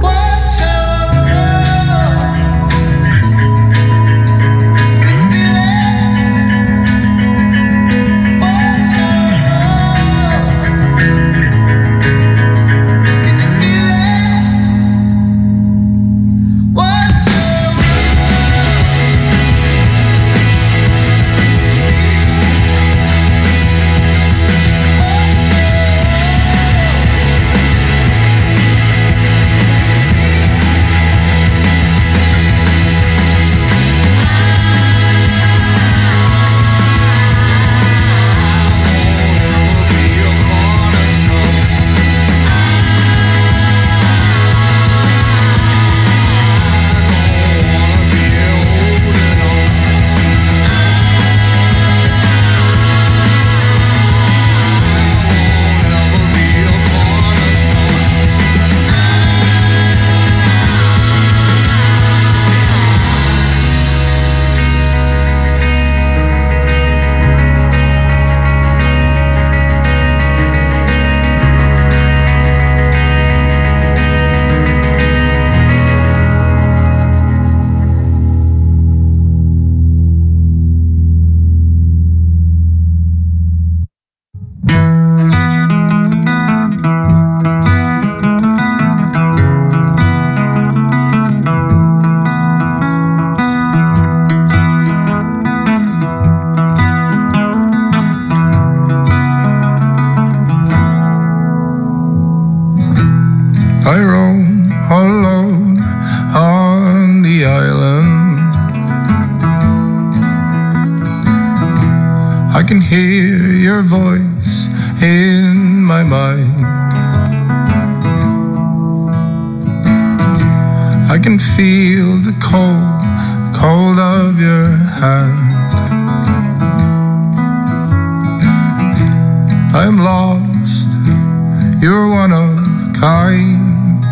S5: What's her
S6: I roam all alone on the island. I can hear your voice in my mind. I can feel the cold, cold of your hand. I am lost, you're one of a kind.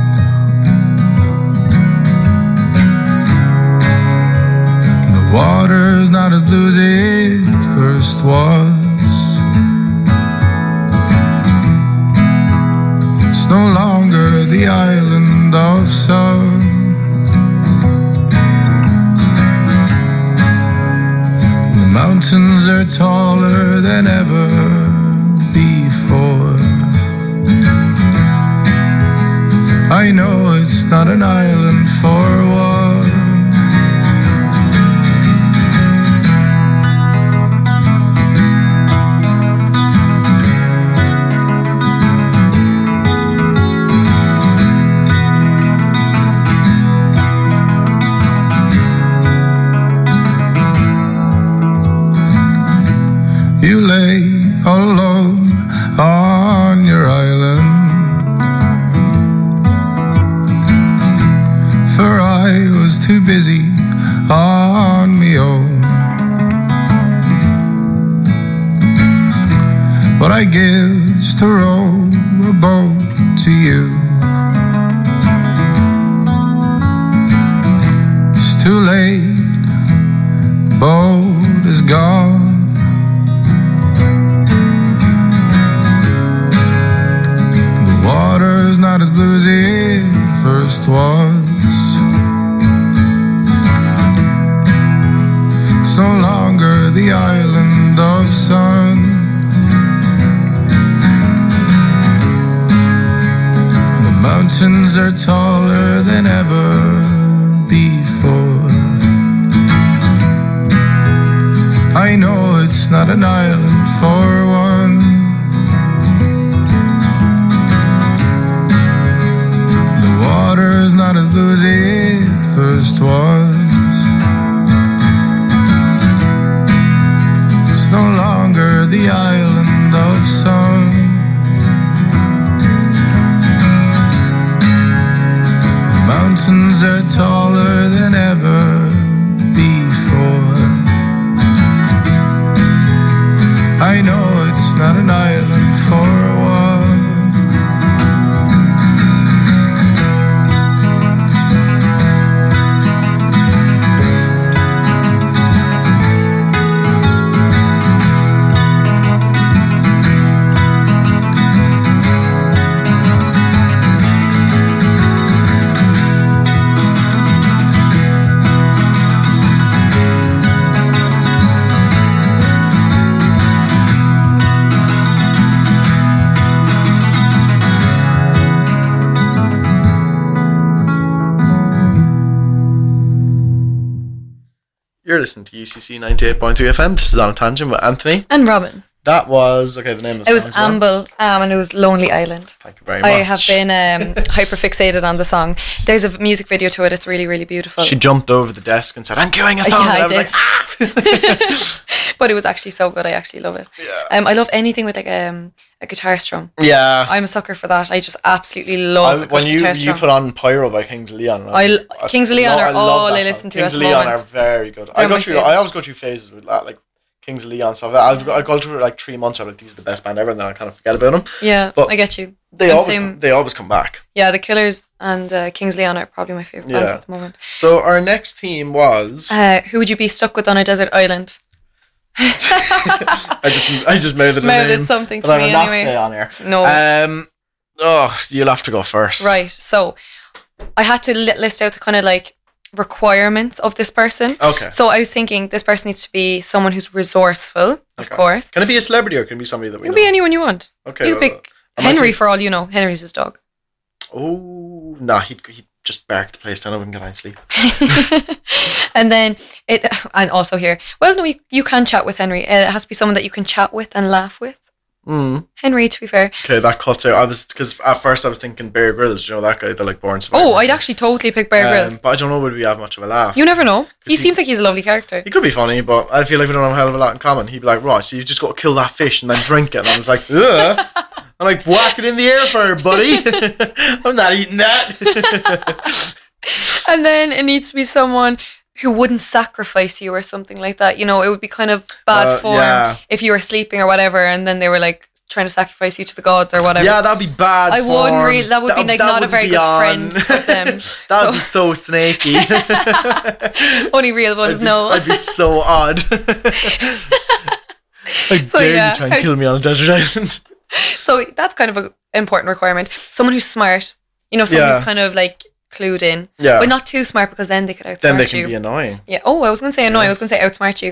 S6: The water's not as blue as it first was. It's no longer the island of sun. The mountains are taller than ever before. I know it's not an island for one. You lay alone on your island. for I was too busy on me own. What I gives to row a boat to you It's too late, boat is gone. The water's not as blue as it first was. the island of sun. The mountains are taller than ever before. I know it's not an island for one. The water's not as blue as it first was. It's no longer the island of sun. Mountains are taller than ever before. I know it's not an island for a while.
S2: You're listening to UCC 98.3 FM. This is On a Tangent with Anthony.
S3: And Robin.
S2: That was, okay, the name of the
S3: It was
S2: song as well.
S3: Amble, um, and it was Lonely Island.
S2: Thank you very much.
S3: I have been um, hyper fixated on the song. There's a v- music video to it. It's really, really beautiful.
S2: She jumped over the desk and said, I'm doing a song.
S3: I
S2: and I
S3: did.
S2: was like, ah!
S3: but it was actually so good. I actually love it. Yeah. Um, I love anything with like um, a guitar strum.
S2: "Ah!" Yeah.
S3: I'm a sucker for that. I just absolutely
S2: I-
S3: love a good
S2: when you,
S3: guitar
S2: you
S3: strum.
S2: put on Pyro by Kings of Leon,
S3: I l- Kings of Leon
S2: no,
S3: are
S2: love
S3: all
S2: that
S3: I
S2: song.
S3: listen to
S2: Kings
S3: at
S2: of
S3: the
S2: Leon
S3: moment.
S2: are very good. I
S3: They're
S2: go
S3: my
S2: through.
S3: favourite.
S2: I always go through phases with that, like Kings of Leon stuff. I'll go- I go through like three months. I'm like, these are the best band ever, and then I kind of forget about them.
S3: yeah,
S2: but
S3: I get you.
S2: They
S3: I'm
S2: always
S3: same-
S2: they always come back.
S3: Yeah, The Killers and uh, Kings Leon are probably my favorite bands
S2: Yeah.
S3: at the moment.
S2: So our next theme was
S3: Uh, who would you be stuck with on a desert island?
S2: I just I just mouthed a
S3: Mouthed
S2: name,
S3: something
S2: but
S3: to
S2: I
S3: me
S2: will not
S3: anyway.
S2: say on air.
S3: No.
S2: Um. Oh, you'll have to go first.
S3: Right. So I had to li- list out the kind of like requirements of this person.
S2: Okay.
S3: So I was thinking this person needs to be someone who's resourceful, of course.
S2: Can it be a celebrity or can it be somebody that we
S3: You can
S2: know?
S3: be anyone you want.
S2: Okay,
S3: You
S2: well, uh,
S3: can pick
S2: I might
S3: Henry
S2: take-
S3: for all you know. Henry's his dog.
S2: oh, nah, he'd, he'd just bark the place down and we can go and sleep.
S3: And then it, and also here. Well, no, you, you can chat with Henry. Uh, It has to be someone that you can chat with and laugh with.
S2: Mm.
S3: Henry, to be fair.
S2: Okay, that cuts out. I was because at first I was thinking Bear Grylls. You know that guy? They're like born. Survivor.
S3: Oh, I'd actually totally pick Bear Grylls.
S2: Um, but I don't know would we have much of a laugh.
S3: you never know. He
S2: he-
S3: seems like he's a lovely character.
S2: he could be funny, but I feel like we don't have a hell of a lot in common. He'd be like, right, so you just got to kill that fish and then drink it. And I was like, ugh. I'm like, whack it in the air for her, buddy. I'm not eating that.
S3: And then it needs to be someone who wouldn't sacrifice you or something like that. You know, it would be kind of bad
S2: Uh,
S3: form
S2: yeah.
S3: if you were sleeping or whatever, and then they were like trying to sacrifice you to the gods or whatever.
S2: yeah, that'd be bad.
S3: I wouldn't
S2: form.
S3: really- that would be, like, not a
S2: would
S3: very
S2: be
S3: good
S2: on.
S3: friend of them.
S2: that'd
S3: So-
S2: be so snaky.
S3: Only real
S2: I'd
S3: ones
S2: be,
S3: know.
S2: I'd be so odd. How
S3: So,
S2: dare
S3: yeah.
S2: you try and kill me on a desert island?
S3: so that's kind of an important requirement. Someone who's smart. You know, someone
S2: Yeah.
S3: who's kind of like clued in.
S2: Yeah.
S3: But not too smart because then they could outsmart
S2: then they
S3: you.
S2: can be annoying.
S3: yeah. Oh, I was gonna say annoying. I was gonna say outsmart you.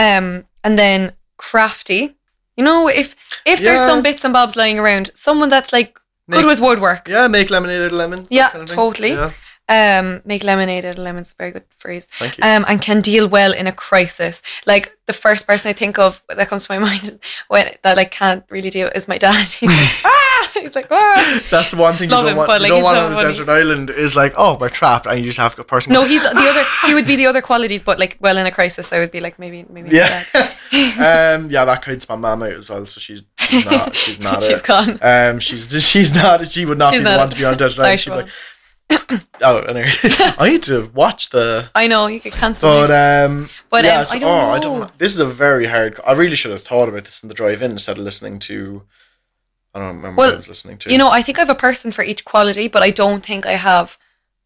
S3: Um, and then crafty. You know, if if there's
S2: Yeah.
S3: some bits and bobs lying around, someone that's like
S2: Make-
S3: good with woodwork.
S2: Yeah, make lemonade out of lemon. that
S3: Yeah,
S2: kind of thing.
S3: totally.
S2: Yeah,
S3: um, make lemonade out of lemons. Very good phrase.
S2: thank you.
S3: Um, and can deal well in a crisis. Like the first person I think of that comes to my mind is- when that like can't really deal is my dad. He's like, ah, he's like, ah.
S2: That's the one thing you
S3: Love
S2: don't
S3: him,
S2: want.
S3: but, like,
S2: you don't
S3: he's
S2: want
S3: so
S2: on a
S3: funny.
S2: desert island is like, oh, we're trapped, and you just have a person.
S3: No, he's the other. He would be the other qualities, but like, well, in a crisis, I would be like, maybe, maybe. not
S2: yeah,
S3: that.
S2: um, yeah, that counts my mum out as well. So she's, she's not. She's not.
S3: She's
S2: it.
S3: gone.
S2: Um, she's she's not. She would not
S3: She's
S2: be
S3: not
S2: the
S3: it.
S2: one to be on a desert
S3: Sorry,
S2: island.
S3: she
S2: She'd be like, oh, anyway, I need to watch the.
S3: I know you could cancel.
S2: But
S3: me.
S2: um,
S3: But,
S2: yeah,
S3: um,
S2: so-
S3: I don't
S2: oh, I
S3: know.
S2: don't. This is a very hard. I really should have thought about this in the drive-in instead of listening to. I don't remember what
S3: Well,
S2: I was listening to.
S3: you know, I think I have a person for each quality, but I don't think I have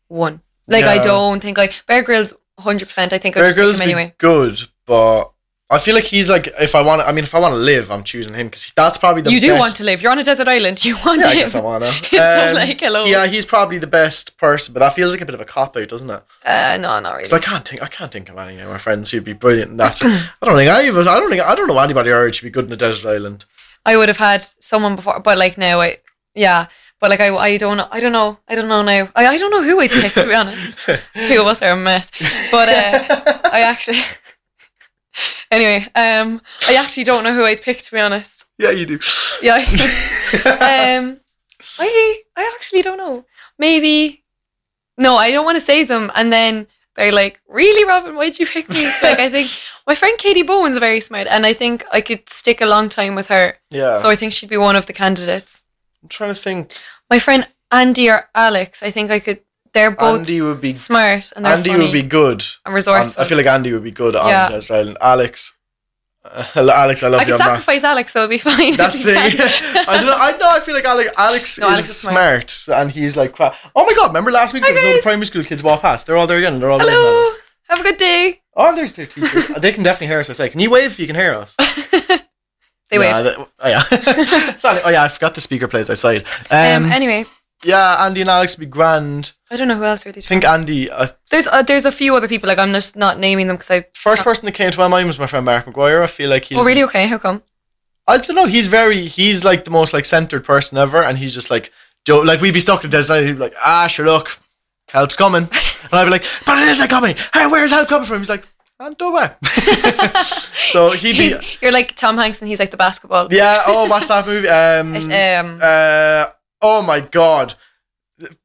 S3: one. Like, I
S2: Yeah.
S3: don't think I Bear Grylls, hundred percent. I think I
S2: Bear
S3: would pick
S2: Grylls
S3: him
S2: be
S3: anyway.
S2: good, but I feel like he's like if I want. I mean, if I want to live, I'm choosing him because that's probably the
S3: you do
S2: best-
S3: want to live. You're on a desert island. You want
S2: Yeah,
S3: to
S2: I guess I wanna. Um,
S3: It's all like, hello.
S2: Yeah, he's probably the best person, but that feels like a bit of a cop out, doesn't it?
S3: Uh, no, not really.
S2: So I can't think. I can't think of any of my friends who'd be brilliant. in that. I don't think any of us. I don't think. I don't know anybody our age who'd be good in a desert island.
S3: I would have had someone before, but like now, I yeah, but like I, I don't know, I don't know, I don't know now. I, I don't know who I picked to be honest. Two of us are a mess, but uh, I actually anyway, um, I actually don't know who I picked to be honest.
S2: Yeah, you do.
S3: Yeah, um, I I actually don't know. Maybe no, I don't want to say them, and then. They're like, really, Robin? Why'd you pick me? Like, I think my friend Katie Bowen's very smart, and I think I could stick a long time with her.
S2: Yeah.
S3: So I think she'd be one of the candidates.
S2: I'm trying to think.
S3: My friend Andy or Alex, I think I could. They're both
S2: Andy would be.
S3: smart and they're
S2: Andy
S3: funny
S2: would be good.
S3: and
S2: on-
S3: resourceful.
S2: I feel like Andy would be good on
S3: Yeah.
S2: desert island. Alex. Uh, Alex, I love
S3: I
S2: you.
S3: could
S2: on that.
S3: sacrifice Alex, so it'd be fine.
S2: That's
S3: if
S2: the.
S3: you
S2: I
S3: can.
S2: don't know. I know. I feel like Alex. Alex,
S3: No,
S2: is,
S3: Alex is
S2: smart,
S3: smart.
S2: and he's like, cra- oh my god! Remember last week
S3: Hi,
S2: there was all the
S3: guys.
S2: primary school kids walk past. They're all there again. They're all waving at
S3: Hello.
S2: us.
S3: Have a good day.
S2: Oh, there's their teachers. they can definitely hear us. I say, can you wave? if You can hear us.
S3: They waved.
S2: yeah, that- oh yeah. Sorry. Oh yeah, I forgot the speaker plays outside. Um,
S3: um, anyway,
S2: yeah, Andy and Alex would be grand.
S3: I don't know who else really.
S2: I think Andy. Uh,
S3: There's uh, there's a few other people. Like I'm just not naming them because I.
S2: first person that came to my mind was my friend Mark McGuire. I feel like he's.
S3: Oh really? Okay. How come?
S2: I don't know. He's very. He's like the most like centered person ever, and he's just like, Joe. Like we'd be stuck in desert, and he'd be like, Ah, sure, look, help's coming, and I'd be like, But it isn't coming. Hey, where's help coming from? He's like, I don't know. so he'd be.
S3: He's- you're like Tom Hanks and he's like the basketball.
S2: Yeah. Oh, what's that movie? Um.
S3: Um.
S2: Uh. Oh my god.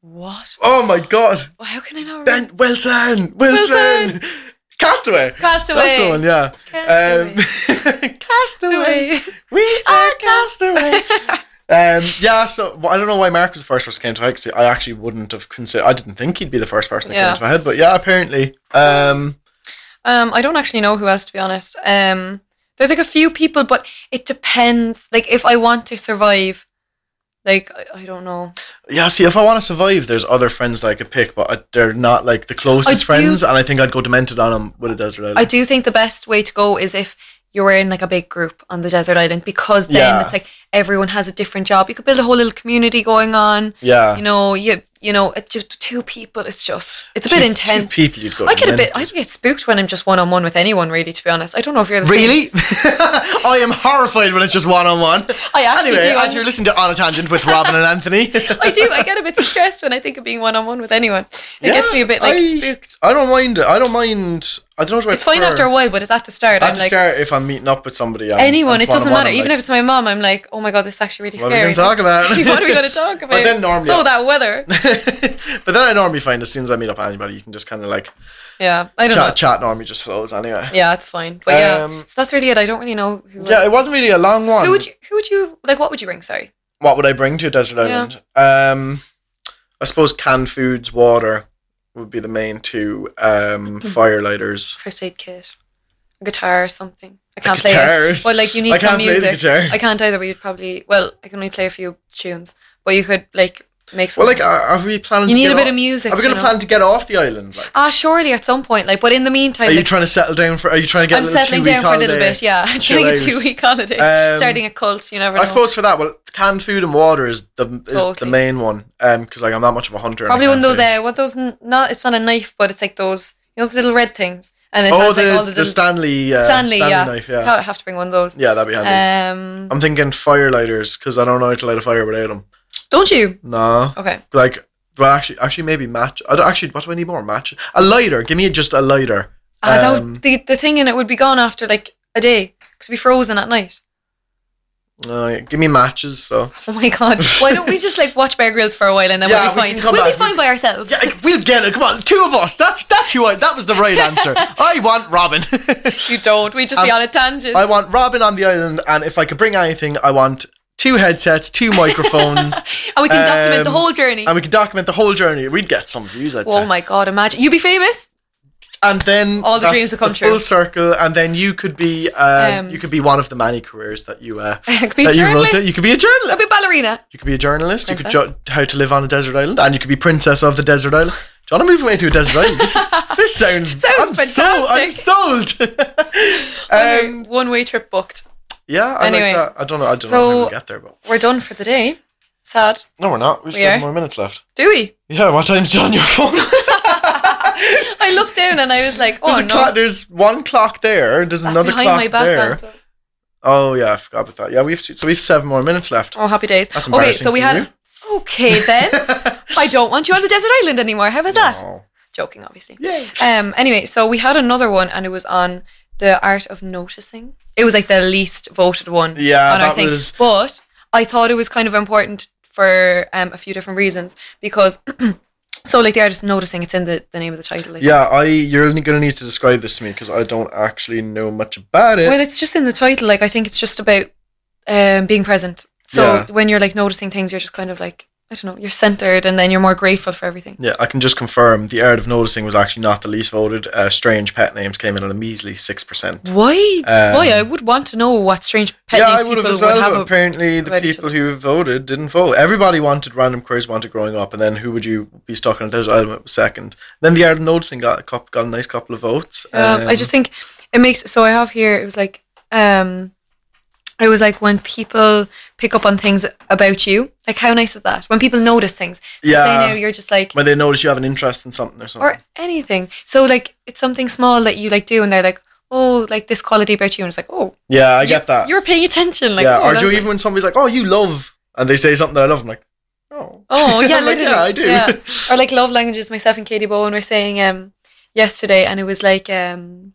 S3: what?
S2: Oh my god.
S3: Well, how can I not? remember?
S2: Ben Wilson. Wilson. Castaway.
S3: Castaway.
S2: That's the one. Yeah. Um, Castaway.
S3: Anyway.
S2: We
S3: Ah,
S2: are castaway. um, yeah, so well, I don't know why Mark was the first person that came to my head 'cause I actually wouldn't have considered. I didn't think he'd be the first person that
S3: Yeah.
S2: came to my head, but yeah, apparently. Um,
S3: Um, I don't actually know who else to be honest. Um, there's like a few people, but it depends. Like if I want to survive, like I, I don't know.
S2: yeah, see, if I want to survive, there's other friends that I could pick, but I, they're not like the
S3: I
S2: closest
S3: do-
S2: friends, and I think I'd go demented on them with a desert island.
S3: I do think the best way to go is if you're in like a big group on the desert island because then
S2: Yeah.
S3: it's like everyone has a different job. You could build a whole little community going on.
S2: yeah,
S3: You know, you you know, it's just two people. It's just it's a bit
S2: Two- two
S3: intense.
S2: people you'd go
S3: I get a bit. I
S2: demented.
S3: get spooked when I'm just one on one with anyone. Really, to be honest, I don't know if you're the same.
S2: Really? I am horrified when it's just one on one.
S3: I actually
S2: Anyway,
S3: do.
S2: as
S3: I'm-
S2: you're listening to On a Tangent with Robin and Anthony,
S3: I do. I get a bit stressed when I think of being one on one with anyone. It gets me a bit like spooked.
S2: I don't mind it. I don't mind. I don't know.
S3: It's fine after a while, but it's at the start.
S2: At
S3: I'm
S2: the
S3: like
S2: start, if I'm meeting up with somebody, I'm,
S3: anyone.
S2: I'm
S3: It doesn't
S2: one-on-one,
S3: matter.
S2: I'm
S3: Even
S2: like,
S3: if it's my mom, I'm like, oh my god, this is actually really
S2: What are
S3: scary.
S2: we gonna talk about?
S3: what are we going to talk about?
S2: then normally-
S3: so that weather.
S2: but then I normally find as soon as I meet up with anybody, you can just kind of like
S3: Yeah, I don't
S2: chat.
S3: know.
S2: Chat normally just flows anyway. Yeah.
S3: Yeah, it's fine. But yeah,
S2: Um,
S3: so that's really it. I don't really know who. I-
S2: it wasn't really a long one.
S3: who would you? Who would you like? What would you bring? Sorry.
S2: what would I bring to a desert island? Um, I suppose canned foods, water would be the main two. Um,
S3: Hmm.
S2: fire lighters.
S3: First aid kit, a guitar, or something. I can't play
S2: guitar.
S3: it. Well, like you need
S2: I
S3: some
S2: can't play the
S3: music.
S2: guitar.
S3: I can't either. But you'd probably well, I can only play a few tunes, but you could like make some.
S2: Well, like, are, are we planning?
S3: You
S2: to
S3: need
S2: get
S3: a bit
S2: off-
S3: of music,
S2: Are we going
S3: you
S2: to
S3: know?
S2: plan to get off the island? Like,
S3: Ah, surely at some point. Like, but in the meantime,
S2: are you
S3: like,
S2: trying to settle down for? Are you trying to get?
S3: I'm
S2: a little
S3: settling
S2: two-week
S3: down for a little
S2: holiday?
S3: bit. Yeah,
S2: Chill
S3: getting a
S2: out.
S3: two week holiday,
S2: Um,
S3: starting a cult. You never know.
S2: I suppose for that, well, canned food and water is the is the
S3: Totally.
S2: main one. Um, because like I'm not much of a hunter. and I
S3: probably one of
S2: can't
S3: those.
S2: really-
S3: Uh, what those? n- Not it's not a knife, but it's like those. You know, those little red things, and it
S2: oh,
S3: has
S2: the,
S3: like all the,
S2: the
S3: little-
S2: Stanley, uh,
S3: Stanley,
S2: Stanley,
S3: yeah.
S2: knife. Yeah,
S3: Ha- I have to bring one of those.
S2: yeah, that'd be handy.
S3: Um,
S2: I'm thinking fire lighters because I don't know how to light a fire without them.
S3: don't you?
S2: No,
S3: Okay.
S2: like, well, actually, actually, maybe match. I don't actually. What do I need more? Match a lighter. Give me just a lighter.
S3: Ah, that
S2: Um,
S3: would, the the thing in it would be gone after like a day because it'd be frozen at night.
S2: No, yeah, give me matches. So
S3: Oh my god! Why don't we just like watch Bear Grylls for a while and then
S2: Yeah,
S3: we'll be
S2: we
S3: fine.
S2: can come
S3: we'll
S2: back.
S3: be fine by ourselves.
S2: yeah, like, we'll get it. Come on, two of us. That's that's who I. That was the right answer. I want Robin.
S3: You don't. We just be on a tangent.
S2: Um, I want Robin on the island, and if I could bring anything, I want two headsets, two microphones,
S3: and we can document the
S2: um,
S3: whole journey.
S2: and we could document the whole journey. We'd get some views, I'd
S3: Oh
S2: say.
S3: my god! Imagine you'd be famous.
S2: And then
S3: All the
S2: that's
S3: dreams will come
S2: the Full
S3: true.
S2: circle, and then you could be uh,
S3: Um,
S2: you could be one of the many careers that you uh,
S3: could be a
S2: that you wrote.
S3: journalist.
S2: down. You could be a journalist.
S3: I'd be a ballerina.
S2: You could be a journalist. You could
S3: Princess.
S2: jot how to live on a desert island, and you could be princess of the desert island. Do you want to move away to a desert island? This, this sounds,
S3: Sounds
S2: I'm sold- I'm sold.
S3: Um, One way trip booked.
S2: yeah, I
S3: Anyway.
S2: like that. I don't know. I don't know how
S3: So-
S2: we'll get there, but
S3: We're done for the day. Sad.
S2: no, we're not. We've
S3: We
S2: seven
S3: are.
S2: more minutes left.
S3: Do we?
S2: Yeah, what time's it on your phone?
S3: I looked down and I was like, oh
S2: there's,
S3: no.
S2: a clock, there's one clock there. There's
S3: That's
S2: another
S3: behind
S2: clock
S3: my back.
S2: there.
S3: Anton.
S2: Oh yeah, I forgot about that. Yeah, we've so we've seven more minutes left.
S3: Oh, happy days.
S2: That's
S3: okay, so
S2: embarrassing
S3: we
S2: for
S3: had. Okay then.
S2: oh,
S3: I don't want you on the desert island anymore. How about that? Joking, obviously.
S2: Yay.
S3: Um. Anyway, so we had another one, and it was on the art of noticing. It was like the least voted one.
S2: Yeah,
S3: on our
S2: that
S3: thing.
S2: was-
S3: But I thought it was kind of important for um a few different reasons because. So like the artist noticing it's in the, the name of the title. like-
S2: Yeah, I you're only gonna need to describe this to me because I don't actually know much about it.
S3: Well, it's just in the title. Like I think it's just about um, being present. So
S2: Yeah.
S3: when you're like noticing things, you're just kind of like I don't know, you're centered, and then you're more grateful for everything.
S2: yeah, I can just confirm the art of noticing was actually not the least voted. Uh, strange pet names came in at a measly six percent.
S3: Why?
S2: Um,
S3: Why? I would want to know what strange pet
S2: Yeah,
S3: names
S2: I would have
S3: people
S2: as well.
S3: would have.
S2: but
S3: a-
S2: apparently, the
S3: about each
S2: people who voted didn't vote. Everybody wanted random queries wanted growing up, and then who would you be stuck on a desert island with second? Then the art of noticing got a couple, got a nice couple of votes.
S3: Uh, I
S2: Um,
S3: just think it makes. So I have here. It was like, um, it was like when people pick up on things about you. Like how nice is that? When people notice things. So
S2: Yeah.
S3: say now you're just like
S2: when they notice you have an interest in something or something.
S3: or anything. So like it's something small that you like do, and they're like, oh, like this quality about you, and it's like, oh,
S2: yeah, I
S3: you-
S2: get that.
S3: You're paying attention, like
S2: Uh, yeah,
S3: oh,
S2: or
S3: that's
S2: do you
S3: nice.
S2: even when somebody's like, "Oh, you love," and they say something that I love, I'm like, "Oh,
S3: Oh yeah,
S2: I'm like,
S3: literally.
S2: yeah, I do.
S3: Or like love languages. Myself and Katie Bowen were saying um yesterday, and it was like um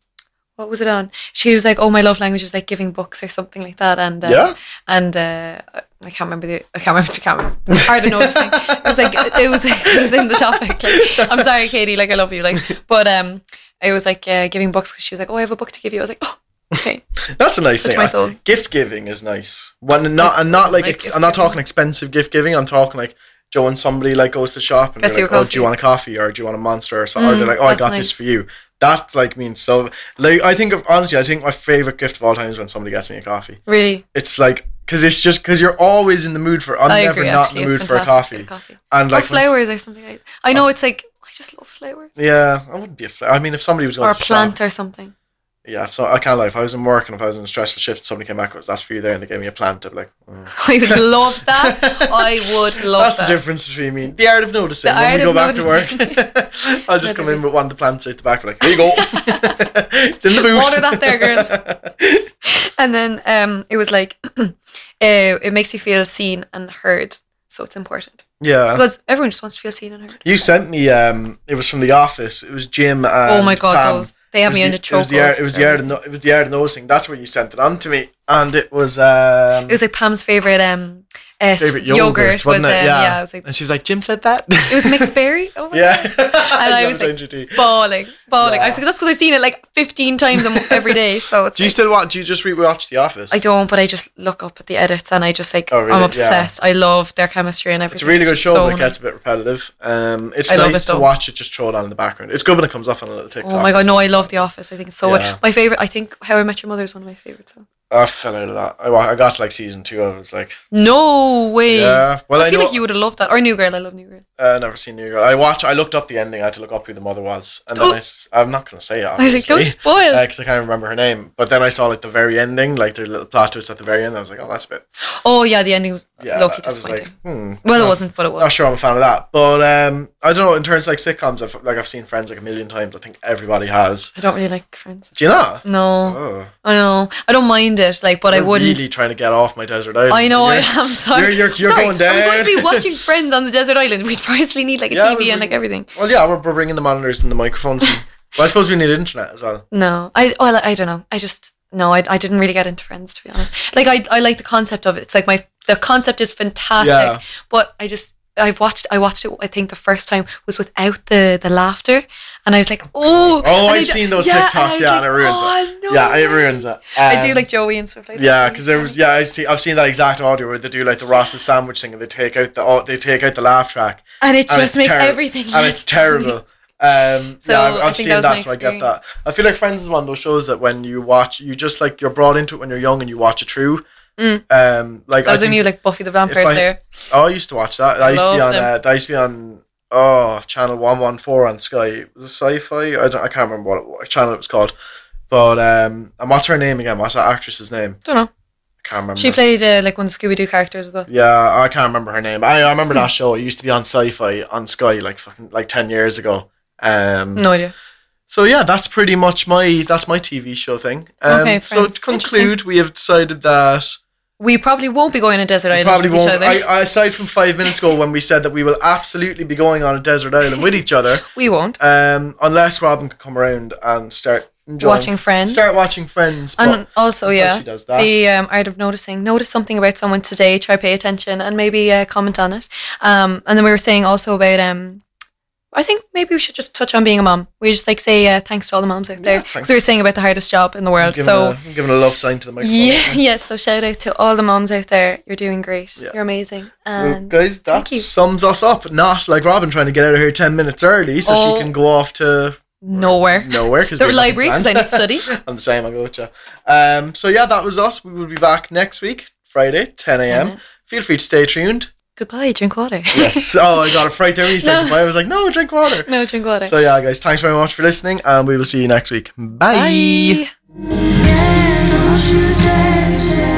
S3: what was it on? She was like, "Oh, my love language is like giving books or something like that." And uh,
S2: Yeah.
S3: and uh, I can't remember the I can't remember the camera. Hard to notice. Thing. It was like it was it was in the topic. Like, I'm sorry, Katie. Like I love you. Like, but um, it was like uh, giving books because she was like, "Oh, I have a book to give you." I was like, "Oh, okay."
S2: that's a nice
S3: Touch
S2: thing."
S3: my
S2: I-
S3: soul.
S2: Gift giving is nice. When not and not like,
S3: like
S2: ex-
S3: gift
S2: I'm not
S3: giving.
S2: talking expensive gift giving. I'm talking like. Joe and somebody like goes to the shop and
S3: Gets
S2: they're
S3: you
S2: like,
S3: a
S2: "Oh, do
S3: coffee. Mm,
S2: you want a coffee or do you want a monster or something?" or they're like, "Oh, I
S3: that's
S2: got
S3: nice.
S2: this for you." That like means so. Like I think of honestly, I think my favorite gift of all time is when somebody gets me a coffee.
S3: Really,
S2: It's like because it's just because you're always in the mood for. I'm
S3: I
S2: never
S3: agree.
S2: not
S3: actually,
S2: in the mood
S3: it's
S2: for a
S3: fantastic to
S2: coffee.
S3: get coffee.
S2: And
S3: or
S2: like when s- Oh.
S3: flowers or something. I, I know it's like I just love flowers.
S2: Yeah, I wouldn't be a flower. I mean, if somebody was going
S3: or a
S2: to the shop-
S3: plant or something.
S2: Yeah, so I can't lie. If I was in work and if I was in a stressful shift and somebody came back, and was that's for you there, and they gave me a plant, I'd be like, mm.
S3: I would love that. I would love
S2: that's
S3: that.
S2: the difference between me. The art of noticing.
S3: The
S2: when
S3: art
S2: we go
S3: of
S2: back
S3: noticing.
S2: to work, I'll just come in with one of the plants out the back, be like, here you go. it's in the booth.
S3: Water that there, girl. and then um, it was like, uh, it makes you feel seen and heard, so it's important
S2: Yeah.
S3: because everyone just wants to feel seen and heard.
S2: You sent me. Um, it was from the office. It was Jim. And
S3: oh my god,
S2: Pam.
S3: those they have me
S2: it
S3: in
S2: was
S3: a
S2: the,
S3: chokehold.
S2: it was the art. It was the art. Of no, it was the art of noticing. That's where you sent it on to me, and it was. Um,
S3: It was like Pam's favorite um uh,
S2: favorite
S3: yogurt, was um,
S2: wasn't it?
S3: yeah. I was like
S2: and she was like, Jim said that.
S3: it was mixed berry. Oh my
S2: Yeah.
S3: god. And I
S2: Yeah,
S3: was
S2: it
S3: like
S2: NGT.
S3: bawling, bawling. I was like, that's because I've seen it like fifteen times a mo- every day. So it's
S2: do you
S3: like-
S2: still watch? Do you just rewatch The Office?
S3: I don't, but I just look up at the edits and I just like
S2: Oh, really?
S3: I'm
S2: Yeah.
S3: obsessed. I love their chemistry and
S2: It's
S3: everything.
S2: a really good
S3: just
S2: show,
S3: so
S2: but it
S3: nice.
S2: gets a bit repetitive. Um, it's
S3: I love
S2: nice
S3: it,
S2: to
S3: though.
S2: watch it just throw it on in the background. It's good when it comes off on a little TikTok.
S3: Oh my god, no!
S2: I,
S3: I love The Office. I think it's so
S2: Yeah.
S3: good. My favorite. I think How I Met Your Mother is one of my favorites. so.
S2: fell out of that. I, wa- I got to like season two of it. It's like
S3: No way.
S2: yeah. Well, I,
S3: I feel
S2: know,
S3: like you would have loved that. Or New Girl. I love New Girl.
S2: uh, never seen New Girl. I watched. I looked up the ending. I had to look up who the mother was, and then
S3: Oh.
S2: I, s- I'm not gonna say it.
S3: I was like, don't
S2: obviously,
S3: spoil.
S2: Because I can't remember her name, but then I saw like the very ending, like their little plot twist at the very end. I was like, oh, that's a bit.
S3: oh yeah, the ending was
S2: Yeah,
S3: low-key
S2: I was
S3: disappointing.
S2: like, hmm.
S3: well, it wasn't, but it was.
S2: Not sure I'm a fan of that, but um, I don't know. In terms of like sitcoms, I've like I've seen Friends like a million times. I think everybody has.
S3: I don't really like Friends.
S2: Do you not?
S3: Mm. No,
S2: Oh,
S3: I know. I don't mind it, like, but I
S2: You're
S3: wouldn't.
S2: really trying to get off my desert island.
S3: I know I
S2: You're-
S3: am. Sorry,
S2: You're, you're, you're
S3: sorry.
S2: going down.
S3: I'm going to be watching Friends on the desert island. We'd firstly need like a
S2: Yeah,
S3: TV
S2: we-
S3: and like everything.
S2: well, yeah, we're, we're bringing the monitors and the microphones. And, well, I suppose we need internet as well.
S3: No, I well, I don't know. I just no, I, I didn't really get into Friends to be honest. Like I I like the concept of it. It's like my the concept is fantastic,
S2: Yeah.
S3: but I just I've watched I watched it. I think the first time was without the the laughter, and I was like, oh,
S2: Oh,
S3: and I
S2: I've
S3: d-
S2: seen those
S3: and I
S2: TikToks.
S3: was
S2: yeah,
S3: like,
S2: and it ruins
S3: oh,
S2: it.
S3: no
S2: yeah, it
S3: way.
S2: ruins it.
S3: I do
S2: Um,
S3: like Joey and stuff like that.
S2: Yeah, because there was yeah I see I've seen that exact audio where they do like the Ross's sandwich thing and they take out the au- they take out the laugh track
S3: and it
S2: and
S3: just
S2: it's
S3: makes
S2: terri-
S3: everything.
S2: and it's terrible. Um,
S3: So,
S2: yeah, I've,
S3: I
S2: I've
S3: think
S2: seen
S3: that
S2: that,
S3: was my
S2: so I get that.
S3: experience.
S2: I feel like Friends is one of those shows that when you watch, you just like you're brought into it when you're young and you watch it through. Um,
S3: Mm.
S2: like
S3: that was
S2: I
S3: when
S2: think-
S3: you like Buffy the Vampire
S2: if I-
S3: Slayer.
S2: Oh, I used to watch that. I used to be
S3: love
S2: on.
S3: them.
S2: Uh, that used to be on oh channel one one four on Sky. It was a sci-fi. I don't. I can't remember what, it, what channel it was called. But um, and what's her name again? What's that actress's name?
S3: Don't know.
S2: I can't remember.
S3: She played uh, like one of the Scooby Doo characters as well.
S2: Yeah, I can't remember her name. I, I remember that show. It used to be on Sci-Fi on Sky, like fucking like ten years ago. Um,
S3: No idea.
S2: So yeah, that's pretty much my that's my TV show thing. Um,
S3: Okay,
S2: so
S3: friends.
S2: to conclude, we have decided that
S3: We probably won't be going to Desert Island
S2: probably
S3: with
S2: won't.
S3: each other.
S2: I, I- aside from five minutes ago when we said that we will absolutely be going on a desert island with each other,
S3: we won't.
S2: um, unless Robin can come around and start enjoying,
S3: Watching Friends.
S2: Start watching Friends.
S3: And
S2: but-
S3: also,
S2: until
S3: yeah,
S2: she does that.
S3: the um, art of noticing. Notice something about someone today. Try pay attention and maybe uh, comment on it. Um, and then we were saying also about. Um, I think maybe we should just touch on being a mom. We just like say uh, thanks to all the moms out there because
S2: thanks.
S3: we were saying about the hardest job in the world.
S2: giving
S3: so
S2: a, I'm giving a love sign to the microphone.
S3: yeah, yeah. So shout out to all the moms out there. You're doing great.
S2: Yeah.
S3: You're amazing.
S2: So
S3: And
S2: guys, that
S3: Um, thank you.
S2: sums us up. Not like Robin trying to get out of here ten minutes early so
S3: Oh.
S2: she can go off to
S3: nowhere.
S2: nowhere because
S3: The library because I need to study.
S2: I'm the same. I go with you. Um, so yeah, that was us. We will be back next week, Friday, 10 a.m. Feel free to stay tuned.
S3: Goodbye. Drink water.
S2: Yes. oh, I got a fright there. when You said
S3: No.
S2: goodbye. I was like, no, drink water.
S3: no, drink water.
S2: So yeah, guys, thanks very much for listening, and we will see you next week. Bye.
S3: Bye.
S4: Quero nos descer.